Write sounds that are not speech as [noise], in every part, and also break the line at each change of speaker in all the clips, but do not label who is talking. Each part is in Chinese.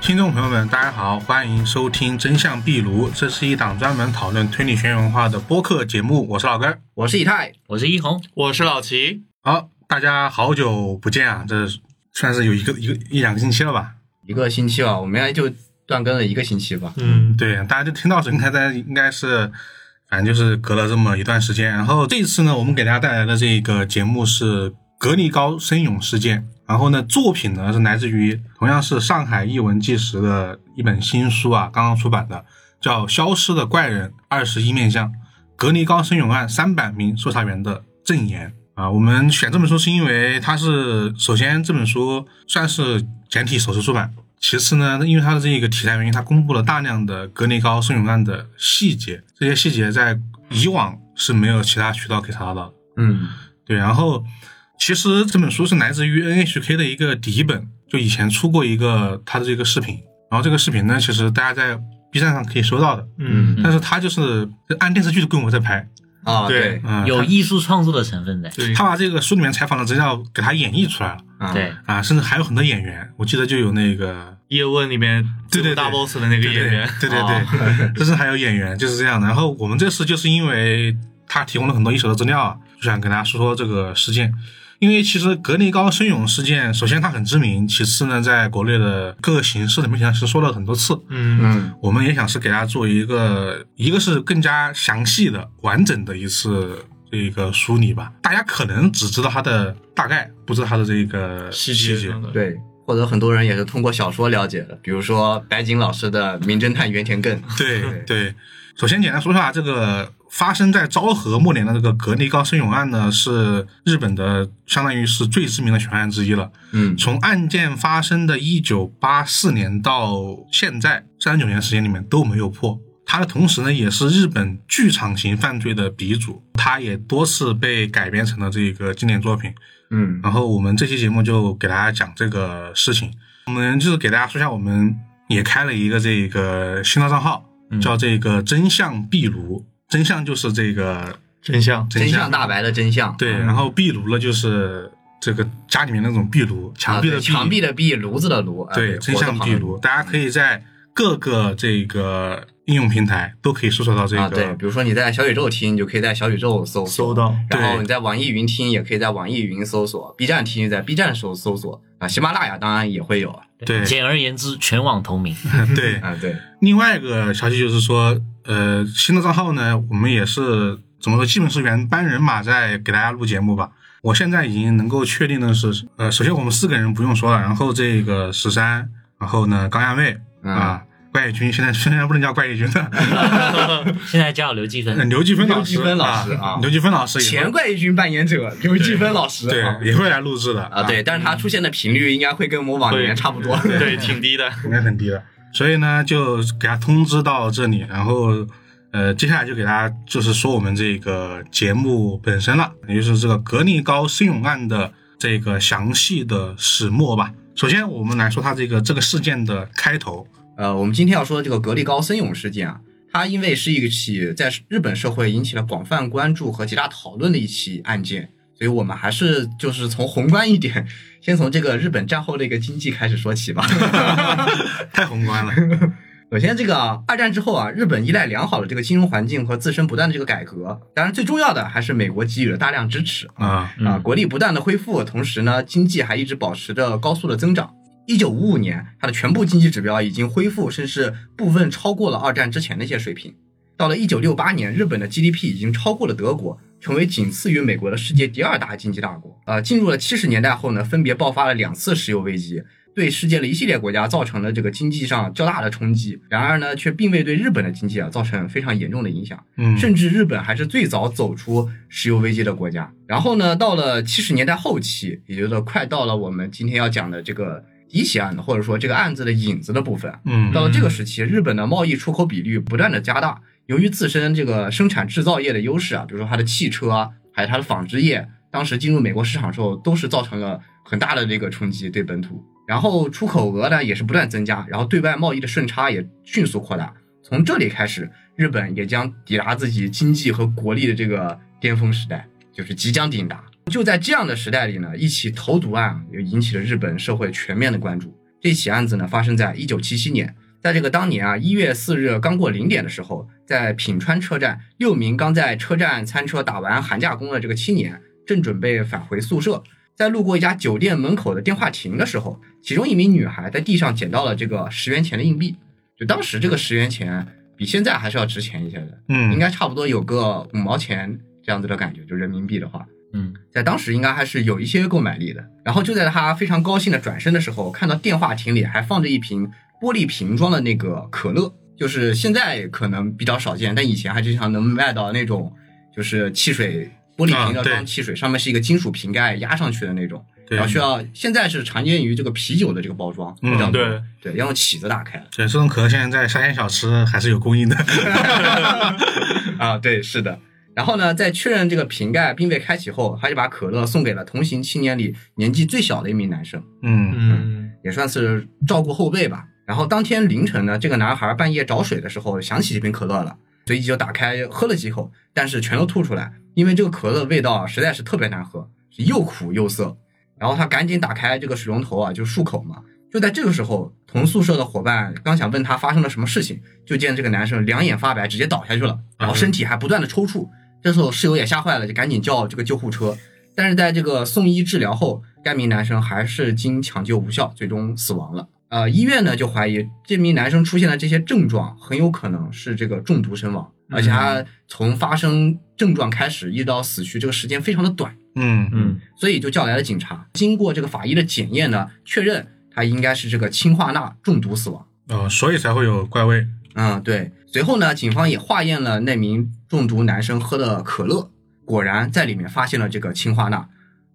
听众朋友们，大家好，欢迎收听《真相壁炉》，这是一档专门讨论推理悬疑文化的播客节目。我是老根，
我是以太，
我是一红，
我是老齐。
好，大家好久不见啊，这算是有一个一个一两个星期了吧？
一个星期了，我们就断更了一个星期吧。
嗯，
对，大家就听到应该在应该是，反正就是隔了这么一段时间。然后这次呢，我们给大家带来的这个节目是格力高升勇事件。然后呢，作品呢是来自于同样是上海译文纪实的一本新书啊，刚刚出版的，叫《消失的怪人二十一面相：格力高升勇案三百名搜查员的证言》啊。我们选这本书是因为它是首先这本书算是简体首次出版，其次呢，因为它的这个题材原因，它公布了大量的格力高升勇案的细节，这些细节在以往是没有其他渠道可以查到的。
嗯，
对，然后其实这本书是来自于 NHK 的一个底本，就以前出过一个它的这个视频，然后这个视频呢，其实大家在 B 站上可以搜到的，
嗯，
但是它就是按电视剧的规模在拍，
啊，
对
对，
嗯，
有艺术创作的成分在。
对
他，把这个书里面采访的资料给他演绎出来了
啊
对，
啊，甚至还有很多演员，我记得就有那个
叶问里面
对对对
大 boss 的那个
对
演
对
员，哦
对对对，甚至还有演员就是这样的。然后我们这次就是因为他提供了很多一手的资料啊，就想跟大家说说这个事件。因为其实格力高升勇事件，首先它很知名，其次呢，在国内的各个形式的媒体上是说了很多次。
嗯
嗯
我们也想是给大家做一个，一个是更加详细的、完整的一次这个梳理吧。大家可能只知道它的大概，不知道它的这个
细
节
节。嗯上的，
对，或者很多人也是通过小说了解的，比如说白井老师的《名侦探原田亘》。
对对，首先简单说一下这个发生在昭和末年的这个格力高升勇案呢，是日本的相当于是最知名的悬案之一了。
嗯
从案件发生的1984年到现在三十九年时间里面都没有破。它的同时呢，也是日本剧场型犯罪的鼻祖，它也多次被改编成了这个经典作品。
嗯
然后我们这期节目就给大家讲这个事情，我们就是给大家说一下，我们也开了一个这个新浪账号，
嗯
叫这个真相壁炉，真相就是这个
真相。
真相大白的真相。嗯
对，然后壁炉呢就是这个家里面那种壁炉，
啊
墙壁的
对墙壁的壁，炉子的炉。啊
对，真相壁。炉，大家可
嗯
以在各个这个应用平台都可以搜索到这
活的旁边啊，对，
个，
比如说你在小宇宙听，你就可以在小宇宙搜
搜到
对
然后你在网易云听，也可以在网易云搜索；B 站听，在 B 站搜搜索啊，喜马拉雅当然也会有啊。
对
简而言之，全网同名。
[laughs] 对，
啊，对，
另外一个消息就是说，呃，新的账号呢，我们也是怎么说，基本是原班人马在给大家录节目吧。我现在已经能够确定的是，呃，首先我们四个人不用说了，然后这个十三，然后呢高亚妹
嗯
啊，怪异君现在虽然不能叫怪
[laughs]
异君了，
现在叫刘继
呃
芬，
刘继芬老
刘
师，
继芬老师
啊
啊，
刘继芬老师也
前
会
怪异君扮演者刘继芬老师。啊
对也会来录制的
啊，对，但是它出现的频率应该会跟模仿里面差不多。
对，挺低的。
应该很低的。所以呢，就给他通知到这里，然后呃，接下来就给大家就是说我们这个节目本身了，也就是这个格力高升勇案的这个详细的始末吧。首先，我们来说它这个这个事件的开头。
[laughs] 呃，我们今天要说的这个格力高森勇事件啊，它因为是一起在日本社会引起了广泛关注和极大讨论的一起案件，所以我们还是就是从宏观一点，先从这个日本战后的一个经济开始说起吧。 [laughs]
太宏观了，
首先，这个二战之后啊，日本依赖良好的这个金融环境和自身不断的这个改革，当然最重要的还是美国给予了大量支持
啊、
啊，国力不断的恢复，同时呢，经济还一直保持着高速的增长。一九五五年，它的全部经济指标已经恢复，甚至部分超过了二战之前的一些水平。到了一九六八年，日本的 GDP 已经超过了德国，成为仅次于美国的世界第二大经济大国。呃，进入了七十年代后呢，分别爆发了两次石油危机，对世界的一系列国家造成了这个经济上较大的冲击。然而呢，却并未对日本的经济啊造成非常严重的影响。
嗯，
甚至日本还是最早走出石油危机的国家。然后呢，到了七十年代后期，也就是快到了我们今天要讲的这个第一起案子，或者说这个案子的影子的部分。啊
嗯
到了这个时期，日本的贸易出口比率不断的加大，由于自身这个生产制造业的优势啊，比如说它的汽车啊，还有它的纺织业，当时进入美国市场之后，都是造成了很大的这个冲击对本土。然后出口额呢也是不断增加，然后对外贸易的顺差也迅速扩大。从这里开始，日本也将抵达自己经济和国力的这个巅峰时代，就是即将抵达。就在这样的时代里呢，一起投毒案又引起了日本社会全面的关注。这起案子呢发生在一九七七年，在这个当年啊一月四日刚过零点的时候，在品川车站，六名刚在车站餐车打完寒假工的这个青年，正准备返回宿舍，在路过一家酒店门口的电话亭的时候，其中一名女孩在地上捡到了这个十元钱的硬币，就当时这个十元钱比现在还是要值钱一些的，
嗯，
应该差不多有个五毛钱这样子的感觉，就人民币的话。
嗯，
在当时应该还是有一些购买力的。然后就在他非常高兴的转身的时候，看到电话亭里还放着一瓶玻璃瓶装的那个可乐，就是现在可能比较少见，但以前还经常能卖到那种就是汽水玻璃瓶
啊
要
对
装汽水，上面是一个金属瓶盖压上去的那种。
对
然后需要，现在是常见于这个啤酒的这个包装，
嗯
这样子
对
对，要用起子打开的
对，这种可乐现在在沙县小吃还是有供应的。
[laughs] 啊，对，是的。然后呢，在确认这个瓶盖并未开启后，他就把可乐送给了同行青年里年纪最小的一名男生。
嗯
嗯，
也算是照顾后辈吧。然后当天凌晨呢，这个男孩半夜找水的时候想起这瓶可乐了，随即就打开喝了几口，但是全都吐出来，因为这个可乐味道啊实在是特别难喝，是又苦又涩。然后他赶紧打开这个水龙头啊，就漱口嘛。就在这个时候，同宿舍的伙伴刚想问他发生了什么事情，就见这个男生两眼发白，直接倒下去了，然后身体还不断的抽搐。这时候室友也吓坏了，就赶紧叫这个救护车。但是在这个送医治疗后，该名男生还是经抢救无效，最终死亡了。呃，医院呢就怀疑这名男生出现的这些症状很有可能是这个中毒身亡，而且他从发生症状开始一直到死去这个时间非常的短，
嗯
嗯，
所以就叫来了警察。经过这个法医的检验呢，确认他应该是这个氰化钠中毒死亡。
哦，所以才会有怪味。
嗯，对。随后呢，警方也化验了那名中毒男生喝的可乐，果然在里面发现了这个氰化钠。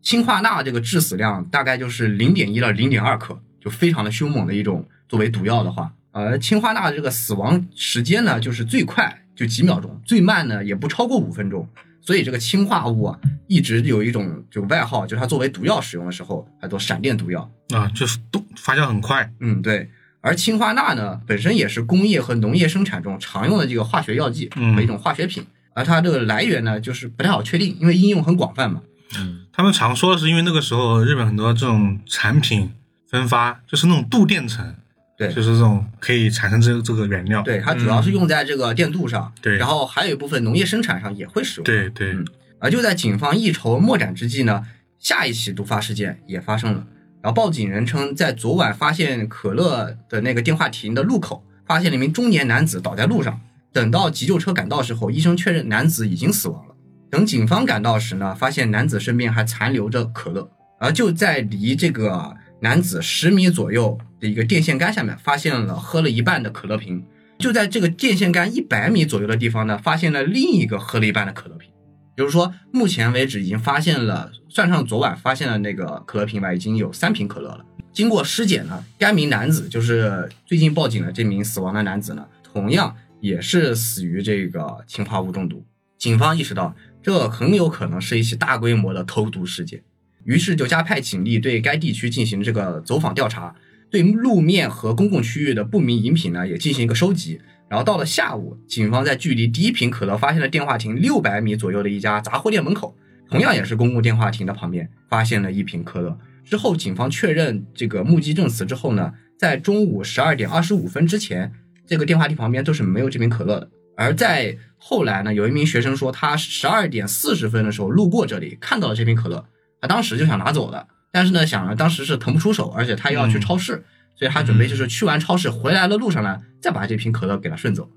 氰化钠这个致死量大概就是零点一到零点二克，就非常的凶猛的一种作为毒药的话，而氰化钠这个死亡时间呢，就是最快就几秒钟，最慢呢也不超过五分钟。所以这个氰化物啊，一直有一种就外号，就是它作为毒药使用的时候，它叫闪电毒药。
啊，就是都发酵很快。
嗯，对。而氰化钠呢，本身也是工业和农业生产中常用的这个化学药剂
嗯
和一种化学品，而它这个来源呢，就是不太好确定，因为应用很广泛嘛。
嗯
他们常说的是因为那个时候日本很多这种产品分发就是那种镀电层，
对
就是这种可以产生这个这个原料。
对，它主要是用在这个电镀上，
嗯对
然后还有一部分农业生产上也会使用。，
对对
嗯而就在警方一筹莫展之际呢，下一起毒发事件也发生了。然后报警人称，在昨晚发现可乐的那个电话亭的路口，发现了一名中年男子倒在路上。等到急救车赶到时候，医生确认男子已经死亡了。等警方赶到时呢，发现男子身边还残留着可乐。而就在离这个男子十米左右的一个电线杆下面，发现了喝了一半的可乐瓶。就在这个电线杆一百米左右的地方呢，发现了另一个喝了一半的可乐瓶。比如说，目前为止已经发现了，算上昨晚发现的那个可乐瓶吧，已经有三瓶可乐了。经过尸检呢，该名男子就是最近报警的这名死亡的男子呢，同样也是死于这个氰化物中毒。警方意识到这很有可能是一起大规模的投毒事件，于是就加派警力对该地区进行这个走访调查，对路面和公共区域的不明饮品呢也进行一个收集。然后到了下午，警方在距离第一瓶可乐发现的电话亭六百米左右的一家杂货店门口，同样也是公共电话亭的旁边，发现了一瓶可乐。之后，警方确认这个目击证词之后呢，在中午十二点二十五分之前，这个电话亭旁边都是没有这瓶可乐的。而在后来呢，有一名学生说，他十二点四十分的时候路过这里，看到了这瓶可乐，他当时就想拿走了，但是呢，想着当时是腾不出手，而且他要去
嗯
超市，所以他准备就是去完超市回来的路上呢，再把这瓶可乐给他顺走。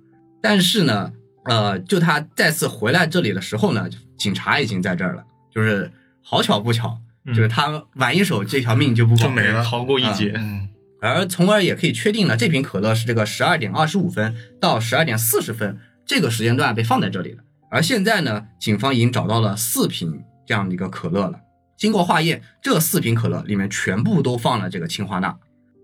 但是呢，呃，就他再次回来这里的时候呢，警察已经在这儿了，就是好巧不巧，
嗯
就是他晚一手，这条命就不保
就没了
逃过一劫。
嗯
而从而也可以确定了，这瓶可乐是这个十二点二十五分到十二点四十分这个时间段被放在这里的。而现在呢，警方已经找到了四瓶这样的一个可乐了。经过化验，这四瓶可乐里面全部都放了这个氰化钠，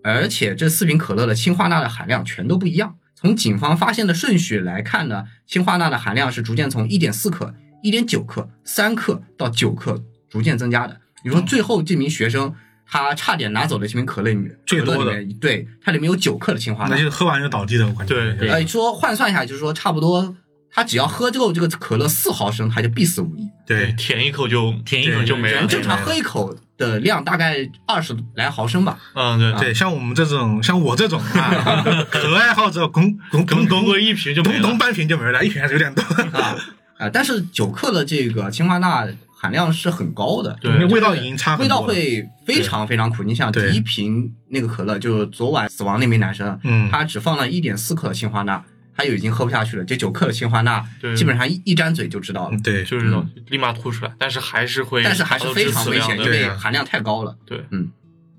而且这四瓶可乐的氰化钠的含量全都不一样。从警方发现的顺序来看呢，氰化钠的含量是逐渐从一点四克、一点九克、三克到九克逐渐增加的。你
哦
说最后这名学生他差点拿走的这瓶可乐里面，
最多的
可乐里面，对，它里面有九克的氰化钠
那。就是喝完就倒地的，我感觉。
对
对
呃，说换算一下，就是说差不多他只要喝够这个可乐四毫升，他就必死无疑。
对，
舔一口就
舔一口
对
就
就没
对
了
人
啊。
正常喝一口的量大概二十来毫升吧，
嗯，对，
对，像我们这种，像我这种
[laughs]
啊，可爱好者，拱拱
可
拱
能东
拱
过一瓶就没
咚咚
了。
半瓶就没了，一瓶还是有点多，
啊啊，但是九克的这个氰化钠含量是很高的，
对
[laughs] 因为味道已经差很
味道
多了。
会非常非常苦。你想，第
对
一瓶那个可乐，就是昨晚死亡那名男生，
嗯
他只放了一点四克的氰化钠，他就已经喝不下去了。这九克的氰化钠
对，
基本上一一沾嘴就知道了
嗯，，对，
就是那种立马吐出来，但是还是会，
但是还是非常危险，因
对
对
为
啊
含量太高了。
对，
嗯。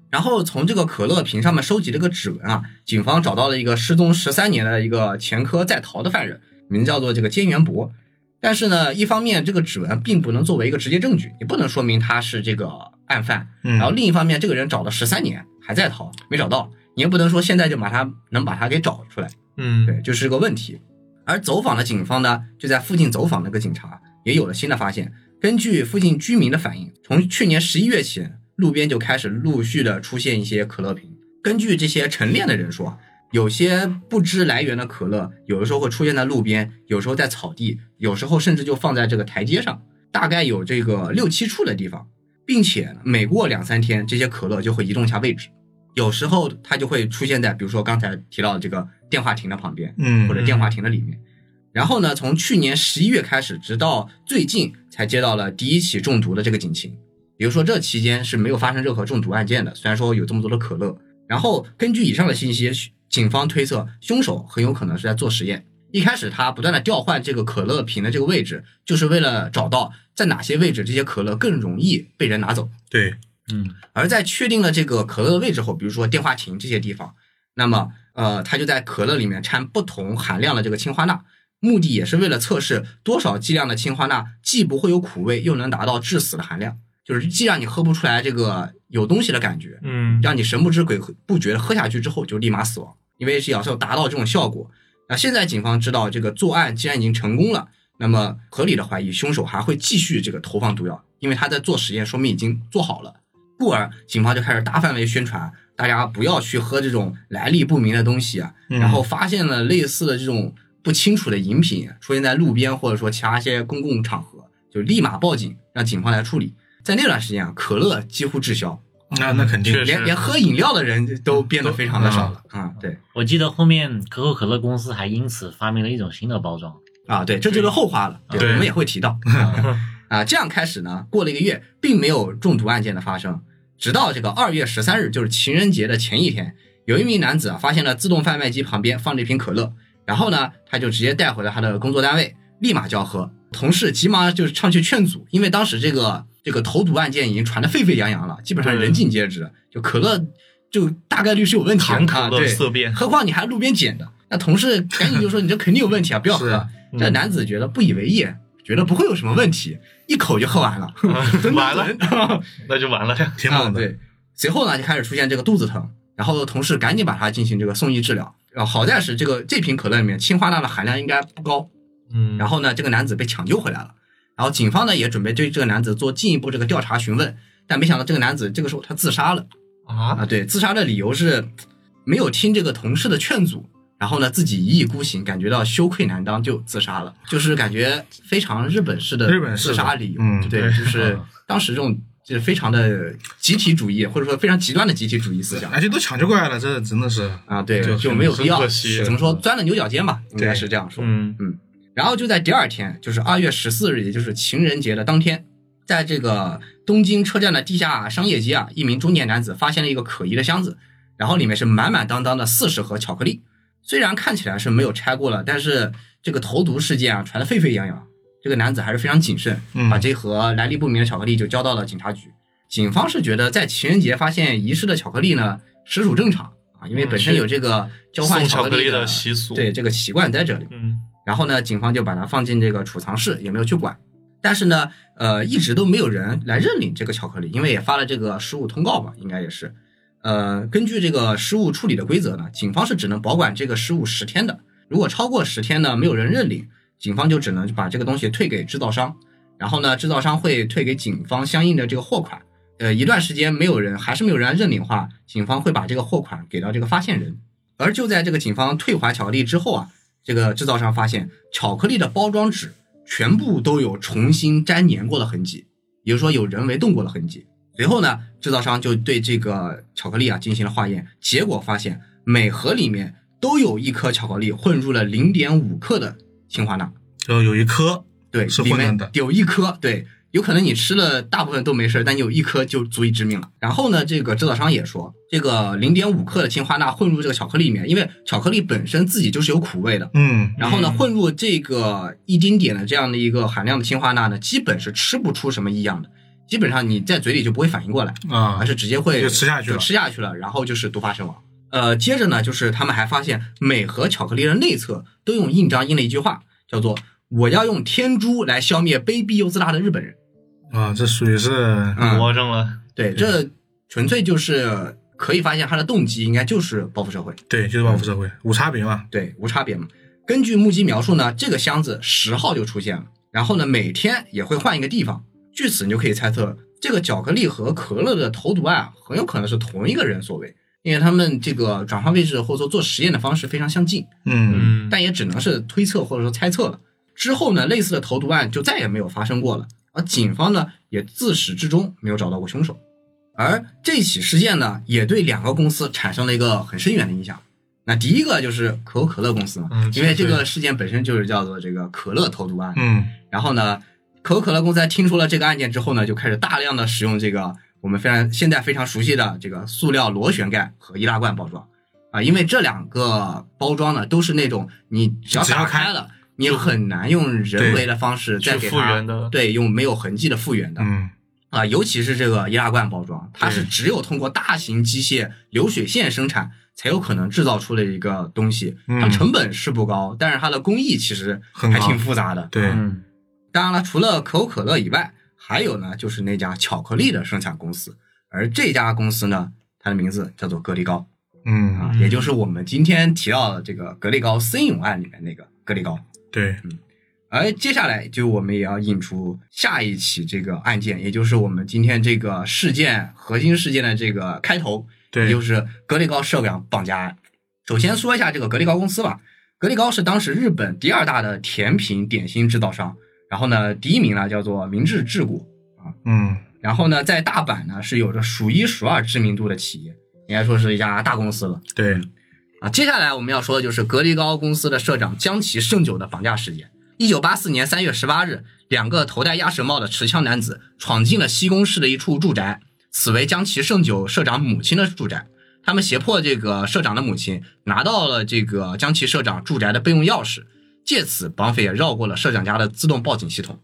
然后从这个可乐瓶上面收集这个指纹啊，警方找到了一个失踪十三年的一个前科在逃的犯人，名叫做这个菅元博。但是呢，一方面这个指纹并不能作为一个直接证据，也不能说明他是这个案犯。
嗯
然后另一方面，这个人找了十三年还在逃，没找到，你也不能说现在就把他能把他给找出来。
嗯，
对，就是个问题。而走访的警方呢，就在附近走访那个警察也有了新的发现。根据附近居民的反映，从去年十一月起，路边就开始陆续的出现一些可乐瓶。根据这些晨练的人说，啊有些不知来源的可乐，有的时候会出现在路边，有时候在草地，有时候甚至就放在这个台阶上，大概有这个六七处的地方，并且每过两三天，这些可乐就会移动一下位置。有时候它就会出现在，比如说刚才提到的这个电话亭的旁边，
嗯
或者电话亭的里面。然后呢，从去年十一月开始，直到最近才接到了第一起中毒的这个警情。比如说，这期间是没有发生任何中毒案件的，虽然说有这么多的可乐。然后根据以上的信息，警方推测凶手很有可能是在做实验。一开始他不断的调换这个可乐瓶的这个位置，就是为了找到在哪些位置这些可乐更容易被人拿走。
对，
嗯，
而在确定了这个可乐的位置后，比如说电话亭这些地方，那么呃，他就在可乐里面掺不同含量的这个氰化钠，目的也是为了测试多少剂量的氰化钠既不会有苦味，又能达到致死的含量，就是既让你喝不出来这个有东西的感觉，
嗯，
让你神不知鬼不觉的喝下去之后就立马死亡，因为是要要达到这种效果。那现在警方知道这个作案既然已经成功了，那么合理的怀疑凶手还会继续这个投放毒药，因为他在做实验，说明已经做好了。故而警方就开始大范围宣传，大家不要去喝这种来历不明的东西啊。
嗯
然后发现了类似的这种不清楚的饮品出现在路边或者说其他一些公共场合，就立马报警，让警方来处理。在那段时间啊，可乐几乎滞销，
那那肯定
确实
连连喝饮料的人都变得非常的少了啊、对
我记得后面可口可乐公司还因此发明了一种新的包装，
啊，对，这就是后话了，对，
对
我们也会提到
嗯
啊这样开始呢，过了一个月，并没有中毒案件的发生，直到这个二月十三日，就是情人节的前一天，有一名男子啊发现了自动贩卖机旁边放着一瓶可乐，然后呢，他就直接带回了他的工作单位，立马就要喝。同事急忙就是上去劝阻，因为当时这个这个投毒案件已经传得沸沸扬扬了，基本上
对
人尽皆知，就可乐就大概率是有问题的
糖可
啊
乐
对
色变
何况你还路边捡的，那同事赶紧就
[laughs]
说你这肯定有问题啊，不要喝
是
了。这
嗯
男子觉得不以为意，觉得不会有什么问题，一口就喝完了，
嗯完了，
[laughs]
那就完了呀。
挺猛
啊
的。
对，随后呢就开始出现这个肚子疼，然后同事赶紧把他进行这个送医治疗。然后好在是这个这瓶可乐里面氰化钠的含量应该不高，
嗯，
然后呢，这个男子被抢救回来了，然后警方呢也准备对这个男子做进一步这个调查询问，但没想到这个男子这个时候他自杀了
啊，
啊，对，自杀的理由是没有听这个同事的劝阻，然后呢自己一意孤行，感觉到羞愧难当就自杀了，就是感觉非常日本式的
日本式的
自杀理由，
嗯
对，就是当时这种就是非常的集体主义或者说非常极端的集体主义思想
而且都抢救过来了，这真的是，
啊，对，
哎就
就没有必要，
很可惜
怎么说钻了牛角尖吧，应该
嗯对
是这样说，
嗯，
然后就在第二天，就是二月十四日，也就是情人节的当天，在这个东京车站的地下商业街啊，一名中年男子发现了一个可疑的箱子，然后里面是满满当当的四十盒巧克力。虽然看起来是没有拆过了，但是这个投毒事件啊传得沸沸扬扬，这个男子还是非常谨慎，
嗯
把这盒来历不明的巧克力就交到了警察局。警方是觉得在情人节发现遗失的巧克力呢，实属正常啊，因为
嗯
本身
是
有这个交换
送巧
巧
克
克
力
力
的习俗，
对，这个习惯在这里。
嗯，
然后呢，警方就把它放进这个储藏室，也没有去管。但是呢，呃，一直都没有人来认领这个巧克力，因为也发了这个失物通告吧，应该也是。呃，根据这个失物处理的规则呢，警方是只能保管这个失物十天的，如果超过十天呢，没有人认领，警方就只能把这个东西退给制造商，然后呢，制造商会退给警方相应的这个货款。呃，一段时间没有人，还是没有人来认领的话，警方会把这个货款给到这个发现人。而就在这个警方退还巧克力之后啊，这个制造商发现，巧克力的包装纸全部都有重新粘粘过的痕迹，也就是说有人为动过的痕迹。随后呢，制造商就对这个巧克力啊进行了化验，结果发现每盒里面都有一颗巧克力混入了零点五克的氰化钠。
就有一颗
对，
是
里
混
面
乱的
有一颗，对，有可能你吃了大部分都没事儿，但有一颗就足以致命了。然后呢，这个制造商也说，这个零点五克的氰化钠混入这个巧克力里面，因为巧克力本身自己就是有苦味的。
嗯，
然后呢，
嗯
混入这个一丁点的这样的一个含量的氰化钠呢，基本是吃不出什么异样的，基本上你在嘴里就不会反应过来。
啊
而，是直接会
就吃下去了
就吃下去了，然后就是毒发身亡。呃，接着呢，就是他们还发现每盒巧克力的内侧都用印章印了一句话，叫做“我要用天珠来消灭卑鄙又自大的日本人
啊，这属于是”。
嗯，
魔怔了，
对，这纯粹就是可以发现他的动机应该就是报复社会，
对，就是报复社会，无差别嘛。
对，无差别嘛。根据目击描述呢，这个箱子十号就出现了，然后呢，每天也会换一个地方。据此，你就可以猜测，这个巧克力和可乐的投毒案啊很有可能是同一个人所为，因为他们这个转化位置或者说做实验的方式非常相近，
嗯，
嗯，
但也只能是推测或者说猜测了。之后呢，类似的投毒案就再也没有发生过了，而警方呢也自始至终没有找到过凶手。而这起事件呢，也对两个公司产生了一个很深远的影响。那第一个就是可口可乐公司嘛，
嗯
因为这个
对
事件本身就是叫做这个可乐投毒案。
嗯，
然后呢，可口可乐公司在听说了这个案件之后呢，就开始大量的使用这个我们非常现在非常熟悉的这个塑料螺旋盖和易拉罐包装啊，因为这两个包装呢都是那种你只要
只要
打
开
开了，你很难用人为的方式再
去
给
复
它
原的
对用没有痕迹的复原的
嗯，
啊，尤其是这个易拉罐包装，它是
对
只有通过大型机械流水线生产才有可能制造出的一个东西，它
嗯
成本是不高，但是它的工艺其实
很
还
高
挺复杂的，
对，
嗯，
当然了，除了可口可乐以外，还有呢就是那家巧克力的生产公司，而这家公司呢，它的名字叫做格力高啊
嗯，，
也就是我们今天提到的这个格力高森永案里面那个格力高。
对，
而接下来就我们也要引出下一起这个案件，也就是我们今天这个事件核心事件的这个开头，
对
也就是格力高社港绑架案。首先说一下这个格力高公司吧，格力高是当时日本第二大的甜品点心制造商，然后呢，第一名呢叫做明治治谷，
嗯，
然后呢，在大阪呢是有着数一数二知名度的企业，应该说是一家大公司了。
对，
啊，接下来我们要说的就是格力高公司的社长江崎胜久的绑架事件。一九八四年三月十八日，两个头戴鸭舌帽的持枪男子闯进了西宫市的一处住宅，此为江崎胜久社长母亲的住宅。他们胁迫这个社长的母亲拿到了这个江崎社长住宅的备用钥匙，借此绑匪也绕过了社长家的自动报警系统。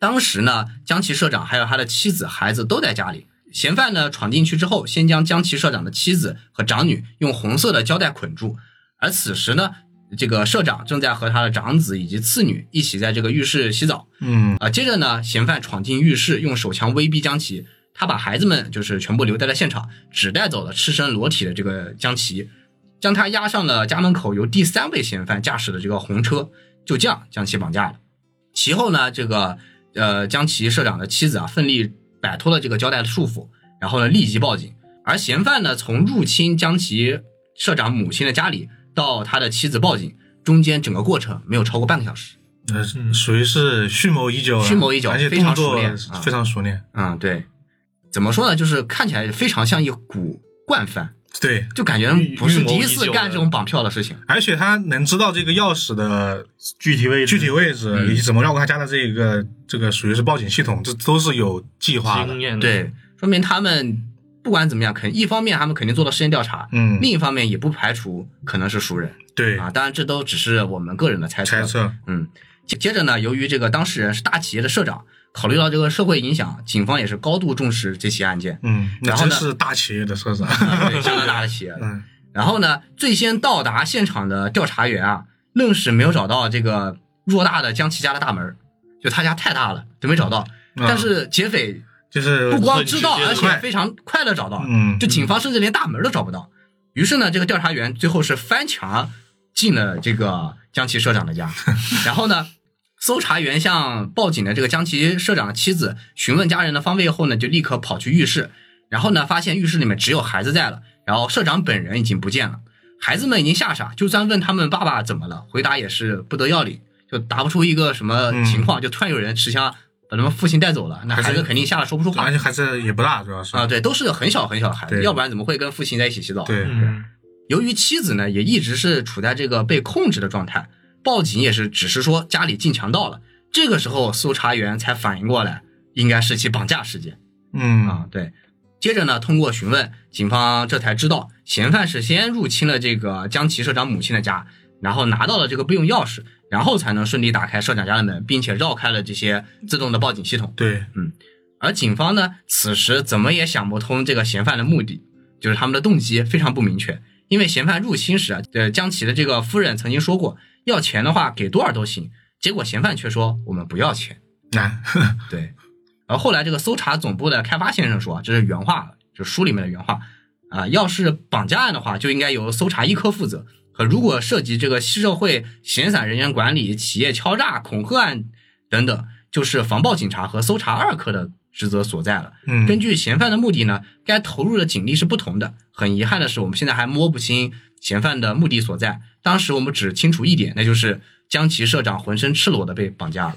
当时呢，江崎社长还有他的妻子、孩子都在家里。嫌犯呢闯进去之后，先将江崎社长的妻子和长女用红色的胶带捆住，而此时呢，这个社长正在和他的长子以及次女一起在这个浴室洗澡。
嗯，
啊，接着呢，嫌犯闯进浴室，用手枪威逼江崎，他把孩子们就是全部留在了现场，只带走了赤身裸体的这个江崎，将他押上了家门口由第三位嫌犯驾驶的这个红车，就这样将其绑架了。其后呢，这个呃江崎社长的妻子啊，奋力摆脱了这个胶带的束缚，然后呢立即报警。而嫌犯呢，从入侵江崎社长母亲的家里到他的妻子报警，中间整个过程没有超过半个小时。
呃，属于是蓄谋已久了，
嗯蓄谋已久
而且
非
动
常
作
熟练啊
非常熟练，
嗯，对，怎么说呢？就是看起来非常像一股惯犯，
对，
就感觉
预
不是
预谋
第一
已
次
久
干
的
这种绑票的事情。
而且他能知道这个钥匙的
具体位置
具体位置
嗯
以及怎么绕过他家的这个这个属于是报警系统，这都是有计划的
经，验的，
对，说明他们不管怎么样，肯一方面他们肯定做了事验调查，
嗯
另一方面也不排除可能是熟人
对，
啊。当然，这都只是我们个人的猜测。
猜测，
嗯，接接着呢，由于这个当事人是大企业的社长，考虑到这个社会影响，警方也是高度重视这起案件，
嗯，那
然后
真
呢
是大企业的社
[laughs]
长，
啊对相当大的企业了。
嗯，
然后呢，最先到达现场的调查员啊，愣是没有找到这个偌大的江崎家的大门儿，就他家太大了，就没找到。
嗯
但是劫匪
就是
不光知道，
很
而
直接
且非常快的找到，
嗯
就警方甚至连大门都找不到。于是呢，这个调查员最后是翻墙进了这个江崎社长
[laughs]
的家，然后呢。搜查员向报警的这个江崎社长的妻子询问家人的方位后呢，就立刻跑去浴室，然后呢，发现浴室里面只有孩子在了，然后社长本人已经不见了。孩子们已经吓傻，就算问他们爸爸怎么了，回答也是不得要领，就答不出一个什么情况，就突然有人持枪把他们父亲带走了，那
嗯还是
孩子肯定吓得说不出话
而且孩子也不大，主要是
啊。对，都是很小很小的孩子，
对
要不然怎么会跟父亲在一起洗澡？啊
对
嗯，
由于妻子呢也一直是处在这个被控制的状态，报警也是只是说家里进强盗了。这个时候，搜查员才反应过来，应该是起绑架事件
嗯
啊。对，接着呢，通过询问，警方这才知道嫌犯是先入侵了这个江崎社长母亲的家，然后拿到了这个备用钥匙，然后才能顺利打开社长家的门，并且绕开了这些自动的报警系统。
对，
而警方呢，此时怎么也想不通这个嫌犯的目的，就是他们的动机非常不明确。因为嫌犯入侵时啊，呃，江崎的这个夫人曾经说过，要钱的话给多少都行。结果嫌犯却说我们不要钱。
难
对，而后来这个搜查总部的开发先生说，这是原话，就是书里面的原话啊、要是绑架案的话，就应该由搜查一科负责。可如果涉及这个社会闲散人员管理、企业敲诈、恐吓案等等，就是防暴警察和搜查二科的职责所在了。
嗯，
根据嫌犯的目的呢，该投入的警力是不同的。很遗憾的是，我们现在还摸不清嫌犯的目的所在。当时我们只清楚一点，那就是江崎社长浑身赤裸的被绑架了。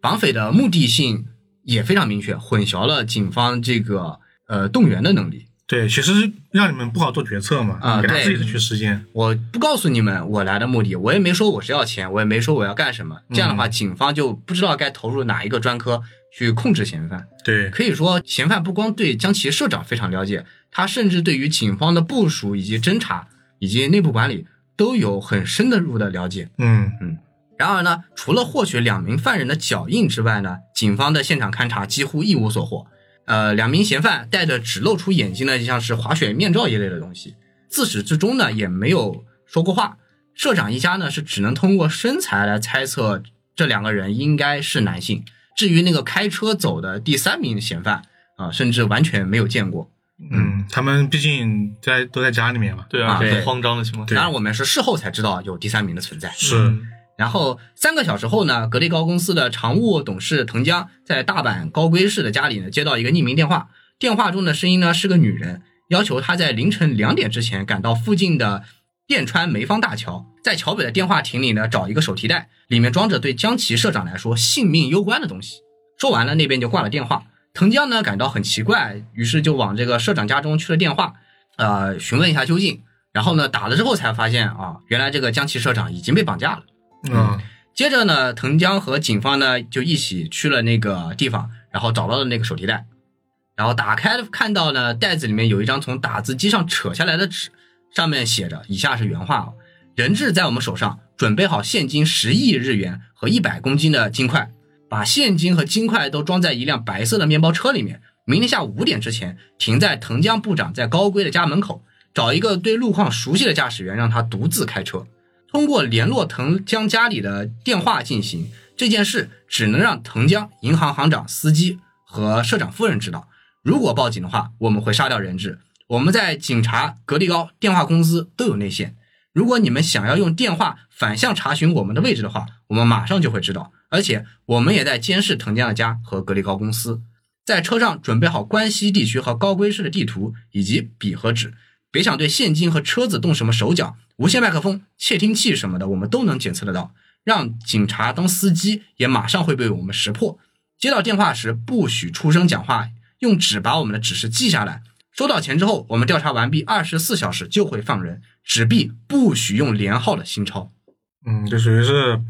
绑匪的目的性也非常明确，混淆了警方这个呃动员的能力。
对，其实让你们不好做决策嘛，
啊
给他
对
自己去时间，
我不告诉你们我来的目的，我也没说我是要钱，我也没说我要干什么。这样的话，警方就不知道该投入哪一个专科去控制嫌犯。
对，
可以说，嫌犯不光对江崎社长非常了解，他甚至对于警方的部署、以及侦查、以及内部管理都有很深的入的了解。
嗯
然而呢，除了获取两名犯人的脚印之外呢，警方的现场勘查几乎一无所获。呃，两名嫌犯戴着只露出眼睛的，就像是滑雪面罩一类的东西，自始至终呢也没有说过话。社长一家呢是只能通过身材来猜测这两个人应该是男性。至于那个开车走的第三名嫌犯啊、甚至完全没有见过。
嗯，他们毕竟在都在家里面嘛，
对啊，
啊
很
对
慌张的情况下嗯
当，然，我们是事后才知道有第三名的存在。
是，
然后三个小时后呢，格力高公司的常务董事藤江在大阪高龟市的家里呢，接到一个匿名电话，电话中的声音呢是个女人，要求他在凌晨两点之前赶到附近的电川梅芳大桥，在桥北的电话亭里呢找一个手提袋，里面装着对江崎社长来说性命攸关的东西。说完了，那边就挂了电话。藤江呢感到很奇怪，于是就往这个社长家中去了电话，呃，询问一下究竟。然后呢，打了之后才发现啊，原来这个江崎社长已经被绑架了。
嗯
接着呢，藤江和警方呢就一起去了那个地方，然后找到了那个手提袋，然后打开看到呢，袋子里面有一张从打字机上扯下来的纸，上面写着以下是原话啊、人质在我们手上，准备好现金十亿日元和一百公斤的金块，把现金和金块都装在一辆白色的面包车里面，明天下午五点之前停在藤江部长在高龟的家门口，找一个对路况熟悉的驾驶员，让他独自开车。通过联络藤江家里的电话进行这件事，只能让藤江、银行行长、司机和社长夫人知道。如果报警的话，我们会杀掉人质。我们在警察、格力高、电话公司都有内线。如果你们想要用电话反向查询我们的位置的话，我们马上就会知道。而且我们也在监视藤江的家和格力高公司。在车上准备好关西地区和高龟市的地图以及笔和纸，别想对现金和车子动什么手脚。无线麦克风、窃听器什么的，我们都能检测得到。让警察当司机也马上会被我们识破。接到电话时不许出声讲话，用纸把我们的指示记下来。收到钱之后，我们调查完毕，二十四小时就会放人。纸币不许用连号的新钞，
嗯，就属于是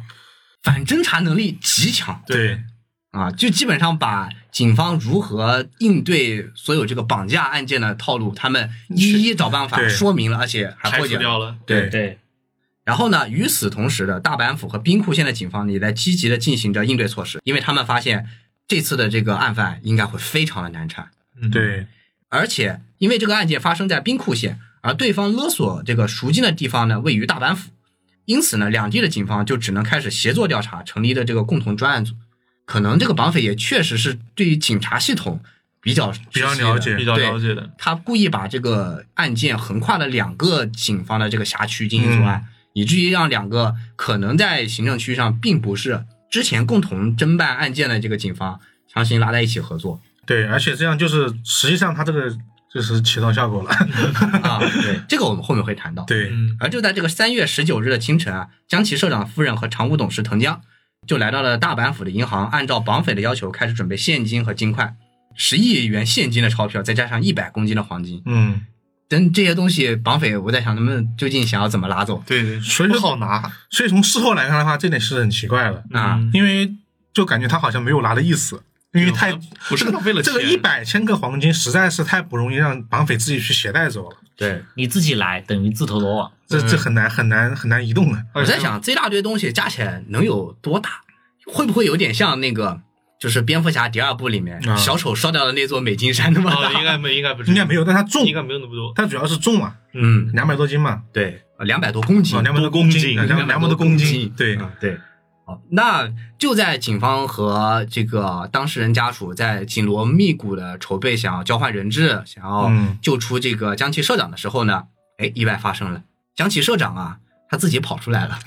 反侦查能力极强。
对，
啊，就基本上把警方如何应对所有这个绑架案件的套路，他们一一找办法
对
说明了，而且还
排
破
除
解了。
掉了，
对
对，
然后呢，与此同时的大阪府和兵库县的警方也在积极的进行着应对措施，因为他们发现这次的这个案犯应该会非常的难缠，
嗯，
对，
而且因为这个案件发生在兵库县，而对方勒索这个赎金的地方呢位于大阪府，因此呢，两地的警方就只能开始协作调查，成立的这个共同专案组。可能这个绑匪也确实是对于警察系统比较
比较
熟悉的
了解
比较
对
了解的，
他故意把这个案件横跨了两个警方的这个辖区进行作案，以至于让两个可能在行政区上并不是之前共同侦办案件的这个警方强行拉在一起合作。
对，而且这样就是实际上他这个就是起到效果了。
啊，对，这个我们后面会谈到。
对，
嗯，
而就在这个三月十九日的清晨啊，江崎社长夫人和常务董事藤江就来到了大阪府的银行，按照绑匪的要求开始准备现金和金块，十亿元现金的钞票，再加上一百公斤的黄金。
嗯，
等这些东西，绑匪我在想他们究竟想要怎么拿走？
对对，
所以
不好拿。
所以从事后来看的话，这点是很奇怪的，
啊
嗯
因为就感觉他好像没有拿的意思，因为太
对不是他为了
这个
钱
一百千个黄金实在是太不容易让绑匪自己去携带走了，
对，
你自己来等于自投罗网。
这
嗯
这很难很难很难移动的。
我在想这一大堆东西加起来能有多大？会不会有点像那个就是蝙蝠侠第二部里面、
啊
小丑烧掉的那座美金山那么
哦，
大？
应该没，应该不是，
应该没有，但它重，
应该没有那么多。
它主要是重啊，
嗯，
两百多斤嘛，
对，两百多公斤，
哦，两百多
多
公
公
斤，
斤
两两百多公斤，对，
啊对。好，那就在警方和这个当事人家属在紧锣密鼓的筹备，想要交换人质，想要
嗯
救出这个江崎社长的时候呢，哎，意外发生了。江崎社长啊，他自己跑出来了。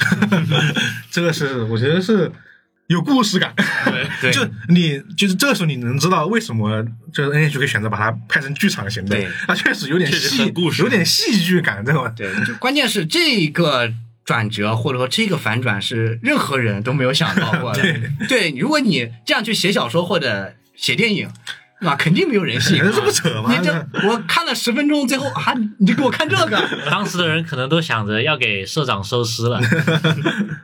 这个是我觉得是有故事感。
对，
[laughs]
[laughs]
对
就你就是这个时候你能知道为什么就是 N H K 选择把它拍成剧场型的
对，
它确实有点
确实
戏
很故，事
有点戏剧感，这种
对，就关键是这个转折或者说这个反转是任何人都没有想到过的。对如果你这样去写小说或者写电影，对吧？肯定没有人信。啊
这不扯吗
你？这我看了十分钟，最后啊，你你就给我看这
[laughs]
个
当时的人可能都想着要给社长收尸了，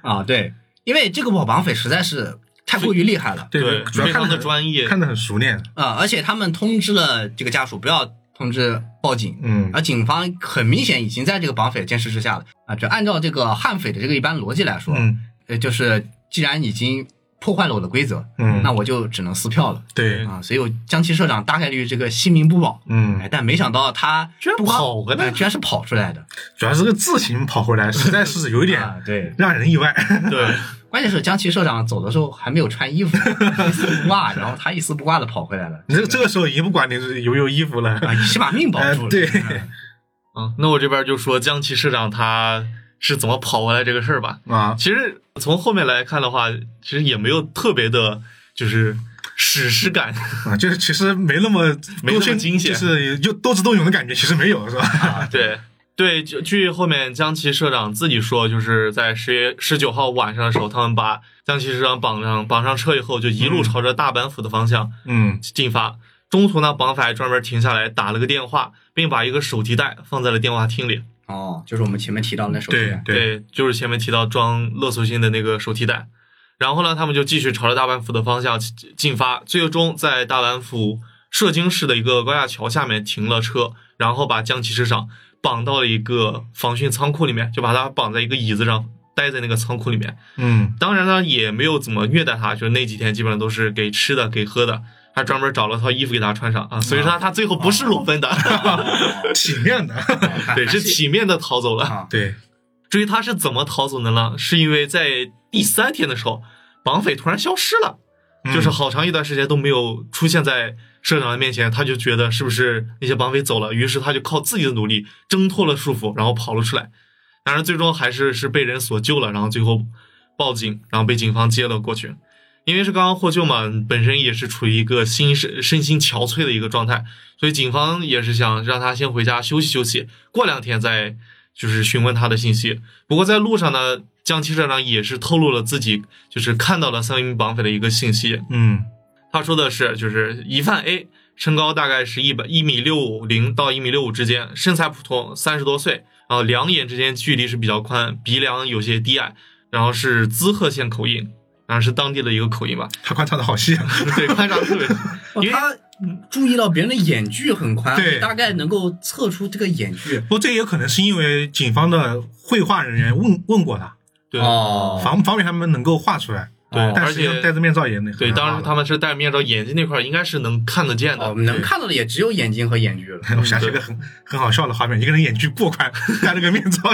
啊？对，因为这个网绑匪实在是太过于厉害了
对，主要
非
看
常
得
的
很
专业。
看得很熟练，
啊、而且他们通知了这个家属不要通知报警，
嗯
哎
而警方很明显已经在这个绑匪的监视之下了啊。就按照这个悍匪的这个一般逻辑来说，
嗯
呃，就是既然已经破坏了我的规则，
嗯，
那我就只能撕票了
哎
对，
啊！所以我江崎社长大概率这个性命不保，哎
嗯，，
但没想到他
居然
不光
跑回来
哎居然是跑出来的，
主要是这个字形跑回来，实在是有一
[laughs]
点
啊，对，
让人意外。 [laughs]
对，
关键是江崎社长走的时候还没有穿衣服，一丝不挂，然后他一丝不挂的跑回来了，
你这这个时候已经不管你有没有衣服了，
啊，起码命保住了，
呃
[laughs]
对
啊
嗯，那我这边就说江崎社长他是怎么跑回来这个事儿吧。
啊，
其实从后面来看的话，其实也没有特别的，就是史诗感。
啊，就是其实没那么
没那么
勾心
惊险
就是又斗智斗勇的感觉，其实没有，是吧？
对对，就据后面江崎社长自己说，就是在十月十九号晚上的时候，他们把江崎社长绑上绑上车以后，就一路朝着大阪府的方向
嗯
进发。中途呢，绑匪还专门停下来打了个电话，并把一个手提袋放在了电话厅里。
哦，就是我们前面提到的那首
对
歌，啊
对，
就是前面提到装勒索信的那个手提袋。然后呢，他们就继续朝着大阪府的方向进进发，最终在大阪府摄津市的一个高架桥下面停了车，然后把江崎市长绑到了一个防汛仓库里面，就把他绑在一个椅子上，待在那个仓库里面。
嗯
当然呢，也没有怎么虐待他，就是那几天基本上都是给吃的、给喝的，还专门找了套衣服给他穿上啊。所以说他他最后不是裸奔的，
体面的， [laughs]
对，是体面的逃走了。
啊，
对，
至于他是怎么逃走的呢？是因为在第三天的时候，绑匪突然消失了，
嗯
就是好长一段时间都没有出现在社长的面前，他就觉得是不是那些绑匪走了，于是他就靠自己的努力挣脱了束缚，然后跑了出来。当然，最终还是是被人所救了，然后最后报警，然后被警方接了过去。因为是刚刚获救嘛，本身也是处于一个心身身心憔悴的一个状态，所以警方也是想让他先回家休息休息，过两天再就是询问他的信息。不过在路上呢，江崎社长也是透露了自己就是看到了三名绑匪的一个信息。
嗯
他说的是，就是疑犯 A 身高大概是一百一米六零到一米六五之间，身材普通，三十多岁，然后两眼之间距离是比较宽，鼻梁有些低矮，然后是滋贺县口音，然后是当地的一个口音吧， [laughs]
他观察的好细啊，
对，看上去特别，
哦
因为
他注意到别人的眼距很宽，
对
大概能够测出这个眼距
不过这也有可能是因为警方的绘画人员问问过他，
对。
哦
防防备他们能够画出来，
对
哦
但
而
是
且
要戴着面罩也能
对，当时
他 [laughs]
他们嗯是戴着面罩，眼睛那块儿应该是能看得见的。
哦，能看到的也只有眼睛和眼距了。
我想起一个很很好笑的画面，一个人眼距过宽，戴了个面罩， [laughs]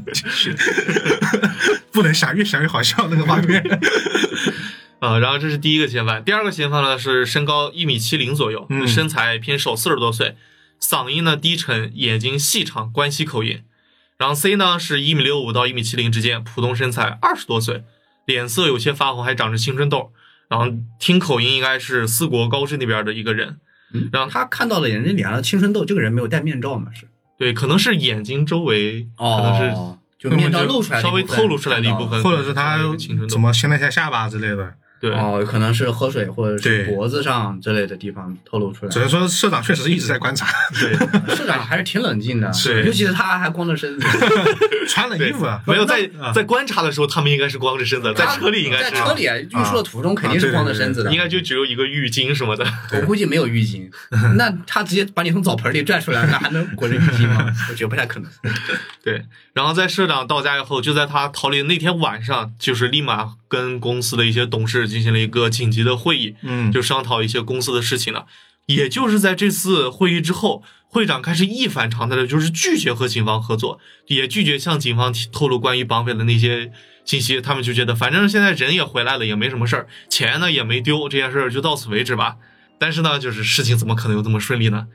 [laughs] 不能想，越想越好笑那个画面。
啊、然后这是第一个嫌犯，第二个嫌犯呢是身高一米七零左右，
嗯
身材偏瘦，四十多岁，嗓音呢低沉，眼睛细长，关西口音。然后 C 呢是一米六五到一米七零之间，普通身材，二十多岁，脸色有些发红，还长着青春痘。然后听口音应该是四国高知那边的一个人，然后
他看到了人家脸上的青春痘，这个人没有戴面罩嘛？是
对，可能是眼睛周围，可能是
哦，就面罩露出来的一
稍
部
微
分，
透露出来的一部分，
或者是他
可能有青春
怎
痘，
么掀了一下下巴之类的。
对，
哦，可能是喝水或者是
对
脖子上之类的地方透露出来
只。能说社长确实一直在观察，
对，
社长还是挺冷静的，
是
尤其是他还光着身子，
穿了衣服啊，
没有在
啊
在观察的时候，他们应该是光着身子， [laughs] 在车里应该
在
是，啊
车里啊运输的途中肯定是光着身子的
应，该就只有一个浴巾什么的，
我估计没有浴
[laughs]
巾。那他直接把你从澡盆里拽出来，那还能裹着浴巾吗？我觉得不太
[laughs]
可能。
对。然后在社长到家以后，就在他逃离的那天晚上，就是立马跟公司的一些董事进行了一个紧急的会议，
嗯，
就商讨一些公司的事情了。也就是在这次会议之后，会长开始一反常态的，就是拒绝和警方合作，也拒绝向警方提透露关于绑匪的那些信息。他们就觉得，反正现在人也回来了，也没什么事儿，钱呢也没丢，这件事儿就到此为止吧。但是呢，就是事情怎么可能有这么顺利呢？